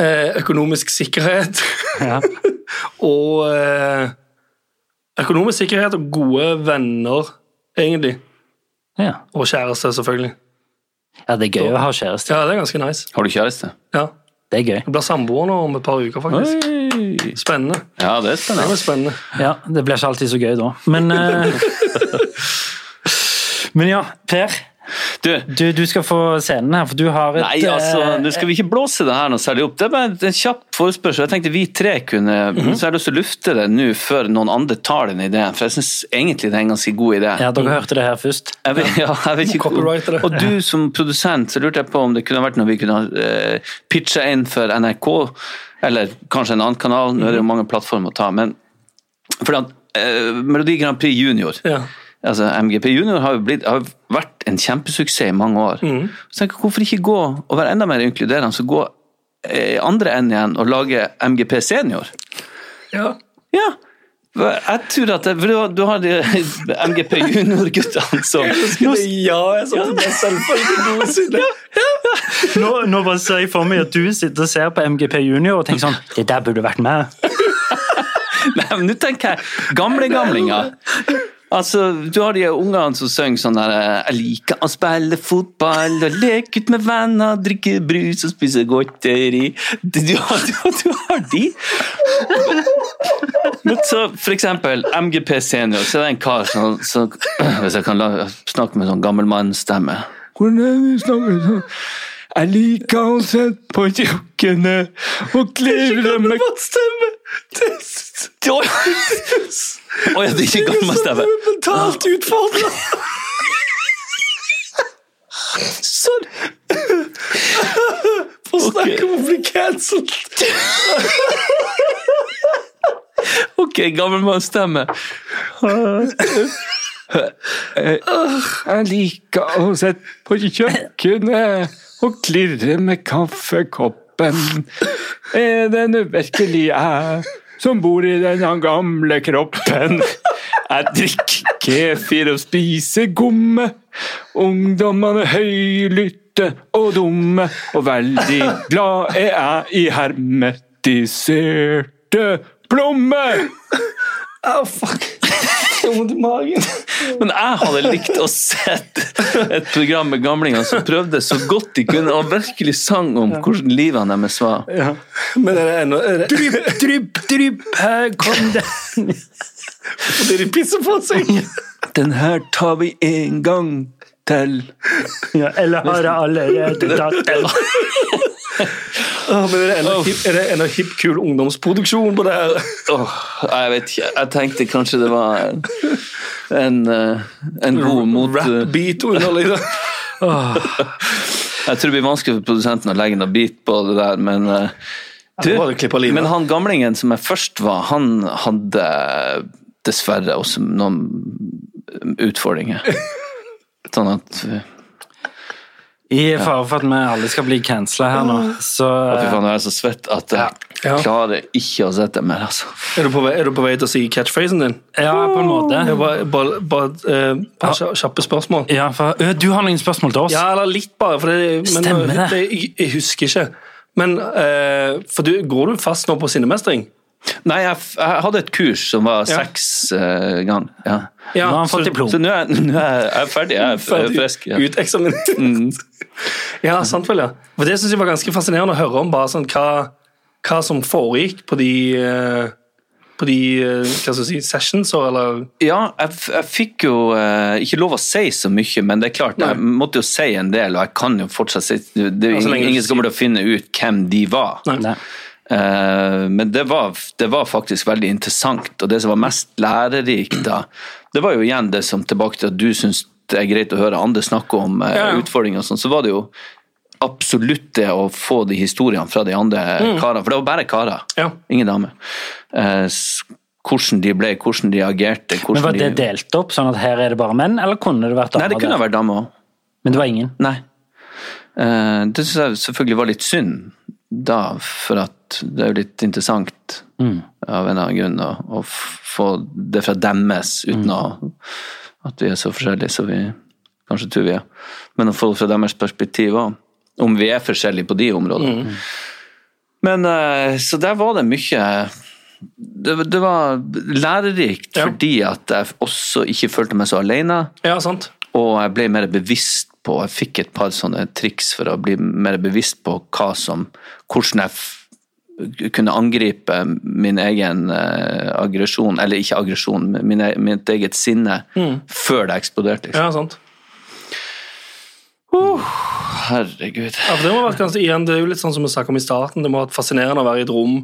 Eh, økonomisk sikkerhet. Ja. *laughs* Og eh, økonomisk sikkerhet og gode venner, egentlig. Ja. Og kjæreste, selvfølgelig. ja, det er gøy å ha kjæreste. Ja, det er ganske nice. Har du kjæreste? Ja. Det er gøy. Jeg blir samboer nå om et par uker, faktisk. Spennende. Ja, det er Det spennende. var spennende. Ja, det blir ikke *laughs* alltid så gøy da. Men, eh, men ja, Per, Du, Du, du skal få scenen her, for du har et eh, nei, altså, nå skal vi ikke blåse det her noe særlig opp. Det er bare en kjapp forespørsel. Jeg tenkte vi tre kunne Så jeg har lyst til å lufte det nå før noen andre tar den ideen, for jeg syns egentlig det er en ganske god idé. eh, Ja, dere hørte det her først. Jeg vet, *laughs* ja, jeg vet ikke Copyright, eller? Og du som produsent, så lurte jeg på om det kunne vært noe vi kunne uh, pitcha inn for NRK, eller kanskje en annen kanal, nå er det jo mange plattformer å ta, men fordi at eh, Melodi Grand Prix Junior, Ja. altså MGP Junior, har jo blitt, har vært en kjempesuksess i mange år. Så tenker jeg, hvorfor ikke gå og være enda mer inkluderende, så gå eh, i andre enden igjen og lage MGP Senior? Ja. Ja. Jeg tror at det, for du har- du har de *laughs* MGP Junior-guttene som Nå, ja, jeg så det er selvfølgelig noensinne. Nå, nå bare ser jeg for meg at du sitter og ser på MGP Junior og tenker sånn Det der burde vært med. Nei, men nå tenker jeg gamle gamlinger. Altså, Du har de ungene som synger sånn der eh, Jeg liker å spille fotball og leke ut med venner, drikke brus og spise godteri. Du, du, har, du, du har de. Men så for eksempel MGP senior, så er det en kar som, som Hvis jeg kan la, snakke med sånn gammelmannsstemme Hvordan er det du snakker sånn? Jeg liker å sitte på kjøkkenet og klevre med Stemme! Å ja, det er ikke gammel stemme. Mentalt utfordra. Sorry. Få snakke om å bli cancelled. Ok, gammelmannsstemme. Jeg liker å sitte på kjøkkenet og klirre med kaffekoppen. Er det nå virkelig jeg som bor i denne gamle kroppen? Jeg drikker kefir og spiser gomme. Ungdommene høylytte og dumme, og veldig glad er jeg i hermetiserte plommer. Au, Ah, fuck. Jeg har vondt i magen. Men jeg hadde likt å sett et program med gamlinger som prøvde så godt de kunne, og virkelig sang om hvordan livet deres var. Men er det ennå er det, Drypp, drypp, drypp, her kom det det er de pisser på seg. Den her tar vi en gang til. ja, Eller har det allerede tatt Åh, men er det ennå hip, er det ennå hipp, kul ungdomsproduksjon på det her? Åh, jeg vet ikke, jeg tenkte kanskje det var en, en, eh, en god mot... Rap-beat under, liksom. Jeg tror det blir vanskelig for produsenten å legge noe bit på det der, men eh, det var jo klipp av livet. men han gamlingen som jeg først var, han hadde dessverre også noen *laughs* utfordringer. Sånn at eh, I fare for at vi alle skal bli cancela her nå, så Å, Fy faen, nå er jeg så svett at jeg Ja. klarer ikke å sitte mer, altså. Er du, på vei, er du på vei til å si catchphrasen din? Ja, på en Det er måte. bare, bare, bare, eh, bare kja- kjappe spørsmål. Ja, for, Ø, du har noen spørsmål til oss? Ja, eller litt bare, for det, men, Stemmer det. det. Jeg, jeg husker ikke. Men, eh, for du, går du fast nå på sinnemestring? Nei, jeg, f- jeg hadde et kurs som var Ja. seks eh, gang. Ja. Ja, Nå har han fått så- diplom. Så nå er, jeg- nå er jeg jeg er ferdig, jeg er f- Ferdig frisk. Eh, Ja. uteksaminert. *laughs* Ja, sant vel, ja. For det synes jeg var ganske fascinerende å høre om bare sånn hva, hva som foregikk på de, eh, på de eh, hva skal jeg si, sessions, og- eller Ja, jeg, f- jeg fikk jo eh, ikke lov å si så mye, men det er klart, jeg måtte jo si en del, og jeg kan jo fortsatt si Det det er Ja, jo så lenge du ingen, ingen som kommer til å finne ut hvem de var. Nei. Eh, men det var, det var faktisk veldig interessant, og det som var mest lærerikt da, det var jo igjen det som tilbake til at du syns det er greit å høre andre snakke om eh, Ja, ja. utfordringer og sånn, så var det jo absolutt det å få de historiene fra de andre Mm. karene, for det var bare karer, Ja. ingen damer. Eh, s- hvordan de ble, hvordan de agerte, hvordan Men Var det de delt opp, sånn at her er det bare menn, eller kunne det vært Nei, det kunne ha der? vært damer òg. Men det var ingen. Nei. Eh, det syns jeg selvfølgelig var litt synd da, for at det er jo litt interessant av en eller annen grunn å, å f- få det fra deres, uten å, at vi er så forskjellige som vi kanskje tror vi er. Men å få det fra deres perspektiv òg, om vi er forskjellige på de områdene. Men eh, Så der var det mye Det, det var lærerikt Ja. fordi at jeg også ikke følte meg så alene. Ja, sant. Og jeg ble mer bevisst på Jeg fikk et par sånne triks for å bli mer bevisst på hva som Hvordan jeg f kunne angripe min egen eh, aggresjon, eller ikke aggresjon, men min, e- mitt eget sinne, før det eksploderte. Liksom. Ja, sant. Herregud. Ja, for det, må være ganske, igjen, det er jo litt sånn som vi snakket om i starten, det må være fascinerende å være i et rom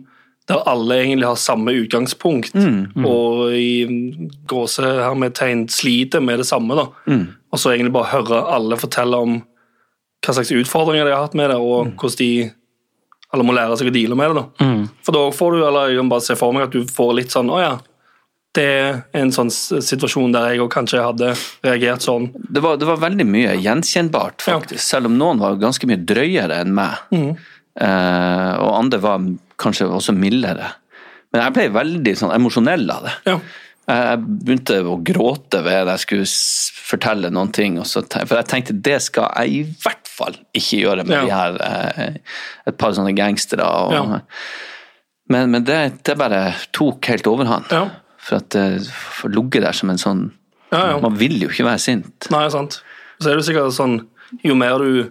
der alle egentlig har samme utgangspunkt, og i mm, gåsehermetegn sliter med det samme. da. Og så egentlig bare høre alle fortelle om hva slags utfordringer de har hatt med det, og hvordan de alle må lære seg å deale med det. da. For da får du, eller jeg kan bare se for meg at du får litt sånn Å ja, det er en sånn s- situasjon der jeg òg kanskje hadde reagert sånn. Det var, det var veldig mye gjenkjennbart, faktisk. Selv om noen var ganske mye drøyere enn meg. Eh, og andre var kanskje også mildere. Men jeg ble veldig sånn, emosjonell av det. Ja. Jeg jeg begynte å gråte ved at jeg skulle s- fortelle noen ting. Og så, te- for jeg tenkte det skal jeg i hvert fall ikke gjøre med Ja. de her eh, et par sånne gangstere. Og, Ja. Men, men det, det bare tok helt overhånd. Ja. For at det får ligge der som en sånn Ja, ja. Man vil jo ikke være sint. Nei, sant. Så er det sikkert sånn, jo mer du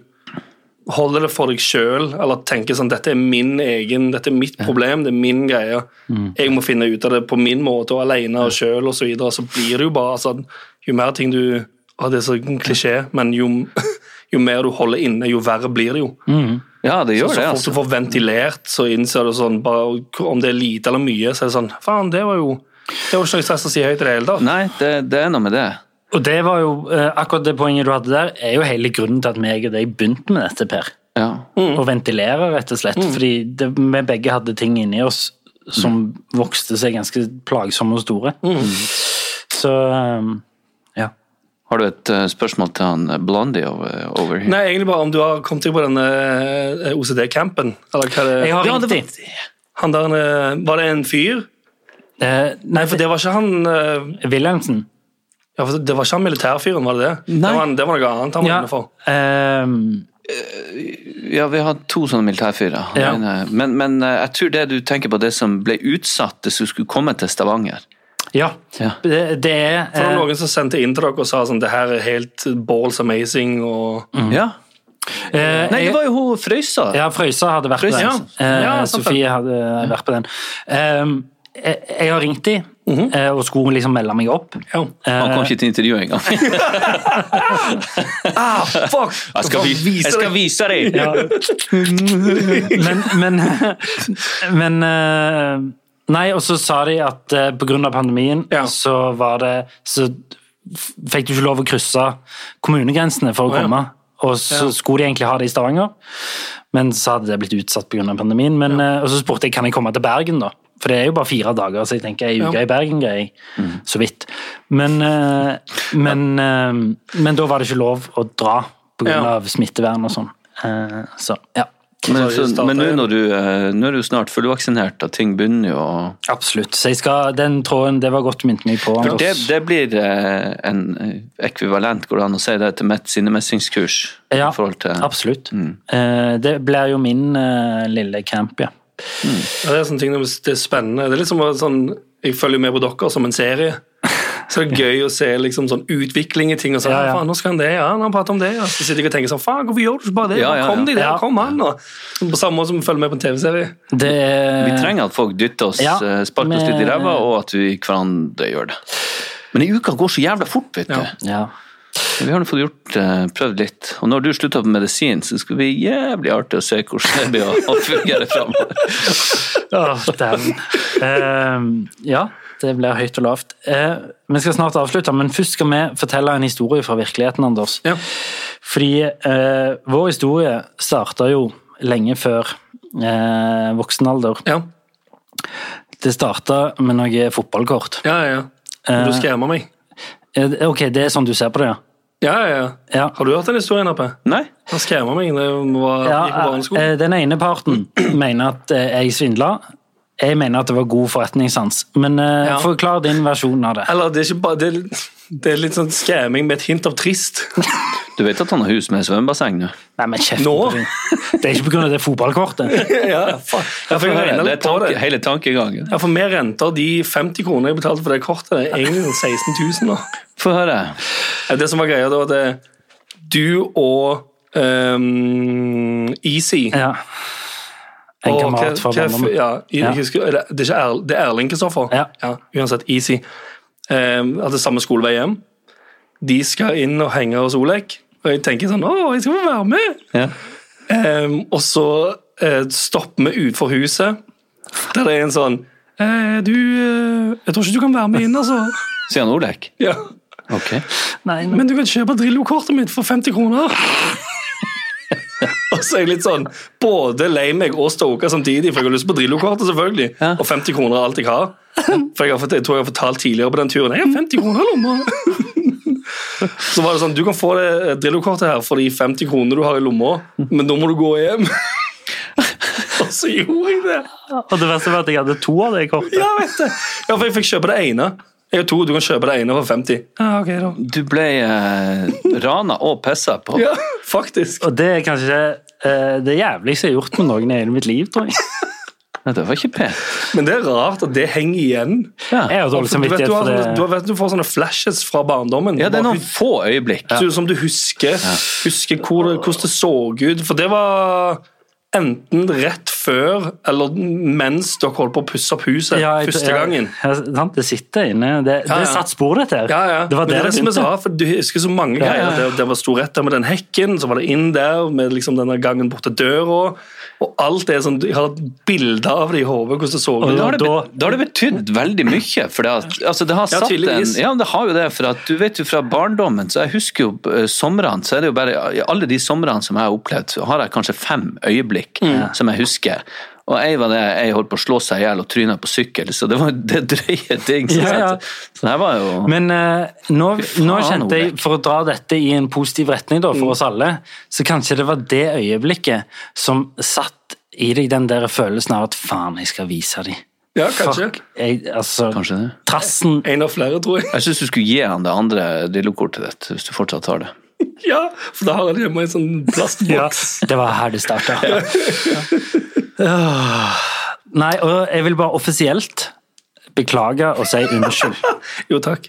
holder det for deg sjøl, eller tenker sånn, dette er min egen, dette er mitt problem, det er min greie, Mm. jeg må finne ut av det på min måte, og alene og sjøl, og så videre, så blir det jo bare sånn, jo mer ting du og Det er så en klisjé, men jo, *laughs* jo mer du holder inne, jo verre blir det jo. Ja, det Mm. gjør Så så det, fort altså. du får ventilert, så innser du sånn, bare, om det er lite eller mye, så er det sånn Faen, det var jo det var ikke noe stress å si høyt i det hele tatt. Nei, det, det er noe med det. Og det var jo, eh, akkurat det poenget du hadde der, er jo hele grunnen til at meg og deg begynte med dette, Per. Ja. Mm. Å ventilere, rett og slett. Fordi det, vi begge hadde ting inni oss som vokste seg ganske plagsomme og store. Mm. Så um, ja. Har du et eh, spørsmål til han Blondie over, over here? Nei, egentlig bare om du har kommet deg på denne eh, OCD-campen. Eller hva det Jeg Ja, har ringt det var, dem. han der, eh, var det en fyr? Eh, nei, For det var ikke han eh, Wilhelmsen. ja, for Det var ikke han militærfyren, var det det? Nei. Det, var, han- det var noe annet han var Ja, inne for. ehm, Ja, vi har to sånne militærfyrer. Ja. Men, eh, Men, men eh, jeg tror det du tenker på, det som ble utsatt hvis du skulle komme til Stavanger. ja. Ja. Det, det er For det var eh, noen som sendte inn til dere og sa sånn Det her er helt balls amazing og Ja. eh, Nei, Mhm. jeg- det var jo hun Frøysa. Ja, Frøysa hadde vært Frøysa, på den. Eh, Ja, sant det. Sofie hadde vært på den. Ehm, jeg, jeg har ringt de eh, og skulle liksom melde meg opp. Han kom ikke til intervju engang. *laughs* jeg, Ah, fuck! skal vi- jeg skal vise deg! Ja. Men, men, men eh, Nei, og så sa de at eh, på grunn av pandemien Ja. så var det Så f- fikk du ikke lov å krysse kommunegrensene for å Å, ja. komme. Og så skulle de egentlig ha det i Stavanger, men så hadde det blitt utsatt pga. pandemien. Men, eh, Og så spurte jeg kan jeg komme til Bergen, da. For det er jo bare fire dager, så jeg tenker ei uke i Bergen greier jeg. Så vidt. Men, eh, men, eh, men da var det ikke lov å dra pga. Ja. av smittevern og sånn. Eh, Så ja, *laughs* Men Så har vi så- startet men nå igjen. når du, eh, nå er du snart fullvaksinert, og ting begynner jo å absolutt. Så jeg skal, den tråden, det var godt du minte meg på. For Anders. det, det blir eh, en eh, ekvivalent, går det an å si det, til mitt sinnemestringskurs? i Ja, forhold til- Mm. absolutt. Eh, Det blir jo min eh, lille camp, ja. Ja, det er sånne ting det er spennende. Det er liksom bare sånn, Jeg følger jo med på dere som en serie. Så det er gøy å se liksom sånn utvikling i ting. og sånn, Ja, ja. faen, nå skal han det, ja, han prater om det, ja. Så sitter jeg og tenker sånn, faen, hvorfor gjør du ikke bare det? Ja, ja, Bare Kom ja. de der, Ja. kom han, og På samme måte som vi følger med på en TV-serie. Det, Vi trenger at folk dytter oss, Ja, eh, sparker oss litt i men- ræva, og at vi hverandre gjør det. Men ei uke går så jævla fort, vet du. Ja. ja. Vi har nå fått gjort, eh, prøvd litt. Og når du slutter på medisin, så skal det bli jævlig artig å se hvordan det blir å, å fungere framover. Åh, *laughs* dæven. Eh, ja, det blir høyt og lavt. Eh, vi skal snart avslutte, men først skal vi fortelle en historie fra virkeligheten, Anders. Ja. Fordi eh, vår historie starta jo lenge før eh, voksen alder. Ja, Det starta med noe fotballkort. ja, ja. ja. Du skremmer meg. Eh, ok, det er sånn du ser på det, ja? Ja, ja, ja. Ja. Har du hørt den historien, Appe? Nei? Han skremmer meg da jeg var, Ja, gikk på barneskolen. eh, den ene parten *clears throat* mener at eh, jeg svindla. Jeg mener at det var god forretningssans. Men eh, Ja. forklar din versjon av det. Eller, det er ikke bare, det er, det er litt sånn skremming med et hint av trist. *laughs* Du vet at han har hus med svømmebasseng nå? Nei, men kjeften Nå? på deg. Det er ikke pga. det fotballkortet. *laughs* ja, faen. Jeg Det fikk regne er litt på tanke, det. hele tankegangen. Ja, for mer renter, de 50 kroner jeg betalte for det kortet, det er egentlig sånn 16 000 nå. Få høre. Ja, Det som var greia da, var at eh, du og ehm, Easy Ja. En og kamerat hva- fra hva- barndommen. Ja, jeg, Ja. husker, er det, det er ikke Erl, det er Erling Kristoffer. Ja. uansett, Ehm, Easy. Um, hadde samme skolevei hjem. De skal inn og henge hos Olek. Og jeg tenker sånn Å, jeg skal få være med! Ja. Ehm, og så eh, stopper vi utenfor huset, der det er en sånn eh, Du eh, Jeg tror ikke du kan være med inn, altså. Sier han Olek? Ja. Ok. Nei, Men du kan kjøpe Drillo-kortet mitt for 50 kroner. og så er jeg litt sånn både lei meg og stoka samtidig, for jeg har lyst på Drillo-kortet, selvfølgelig. Ja. Og 50 kroner er alt jeg har. For jeg, har fått, jeg tror jeg har fortalt tidligere på den turen Jeg har 50 kroner i *laughs* lomma! Så var det sånn, Du kan få det eh, Drillo-kortet her for de 50 kronene du har i lomma, men da må du gå *laughs* hjem. og så gjorde jeg det. Og det verste var at jeg hadde to av det kortet. Ja, vet du. ja, for jeg fikk kjøpe det ene. Jeg har to, du kan kjøpe det ene for 50. Ja, ok da. Du ble eh, rana og pissa på. Ja, faktisk. Og det er kanskje eh, det jævligste jeg har gjort med noen i hele mitt liv, tror jeg. Ja, det var ikke pent. Men det er rart at det henger igjen. Jeg har dårlig For du, vet, samvittighet du, har, for sånne- du, har, det. vet, du får sånne flashes fra barndommen. Ja, det er Bare noen få øyeblikk. hus- Som du husker. Husker hvor, det- hvordan det så ut. For det var enten rett før eller mens dere holdt på å pusse opp huset Ja, jeg- første gangen. Ja, sant, det sitter inne. Det, Ja, ja. det satt spor, dette her. Ja, ja. Det var Men det der er det det som er så begynte. rart, for du husker så mange Ja, ja, greier. ja. Det, det var stor rett der med den hekken, så var det inn der med liksom denne gangen bort til døra. Og alt det sånn, Jeg har bilder av det i hodet, hvordan det så ut. Og Da da- har, det bet- da har det betydd veldig mye. For det, at, altså det har Ja, satt en, tydeligvis. ja, men det har jo det, for at du vet jo fra barndommen så Jeg husker jo eh, somrene, så er det jo bare i alle de somrene som jeg har opplevd, så har jeg kanskje fem øyeblikk eh, som jeg husker. Og jeg var det jeg holdt på å slå seg i hjel og tryna på sykkel, så det var det drøye ting. som Ja, ja. satt. Så det her var jo Men eh, nå, nå faen, kjente jeg, Olek. for å dra dette i en positiv retning da, for oss alle, så kanskje det var det øyeblikket som satt i deg den der følelsen av at faen, jeg skal vise dem. Ja, kanskje. Fuck, jeg, altså, Kanskje det. trassen En av flere, tror jeg. Jeg syns du skulle gi han det andre dillokortet ditt, hvis du fortsatt har det. *laughs* Ja, For da har jeg det hjemme i en sånn plastboks. *laughs* Det var her det starta. Nei, og jeg vil bare offisielt beklage og si unnskyld. Jo, takk.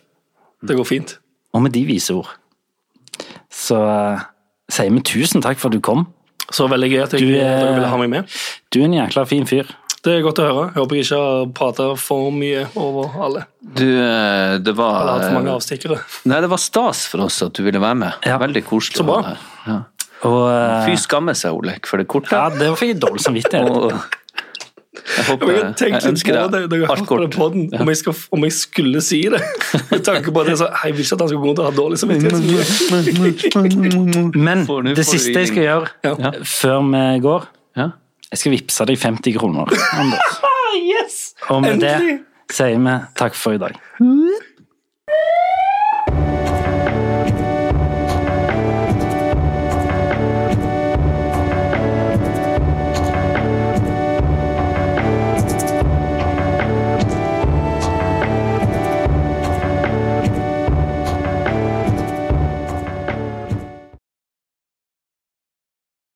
Det går fint. Og med de vise ord så eh, sier vi tusen takk for at du kom. Så veldig gøy at jeg, Du, eh, dere ville ha meg med. Du er en jækla fin fyr. Det er godt å høre. Jeg håper jeg ikke har prata for mye over alle. Du, eh, det Eller hatt var eh, for mange avstikkere. Nei, det var stas for oss at du ville være med. Ja. Veldig koselig. Så bra. å ha deg. Ja. Og eh, Fy skammer seg, Olek, for det kortet. ja, det fikk jeg dårlig samvittighet. Og *laughs* jeg håper Jeg har tenkt litt på ønsker det når jeg har alt hørt på den godt. podden, om, jeg skal, om jeg skulle si *laughs* det. Med tanke på at jeg sa «Hei, jeg vil ikke at han skal gå rundt og ha dårlig samvittighet. Men Får du- det får du siste jeg skal gjøre Ja. før vi går Ja. Jeg skal vippse deg 50 kroner. Anders. yes! Og med Endelig! det sier vi takk for i dag.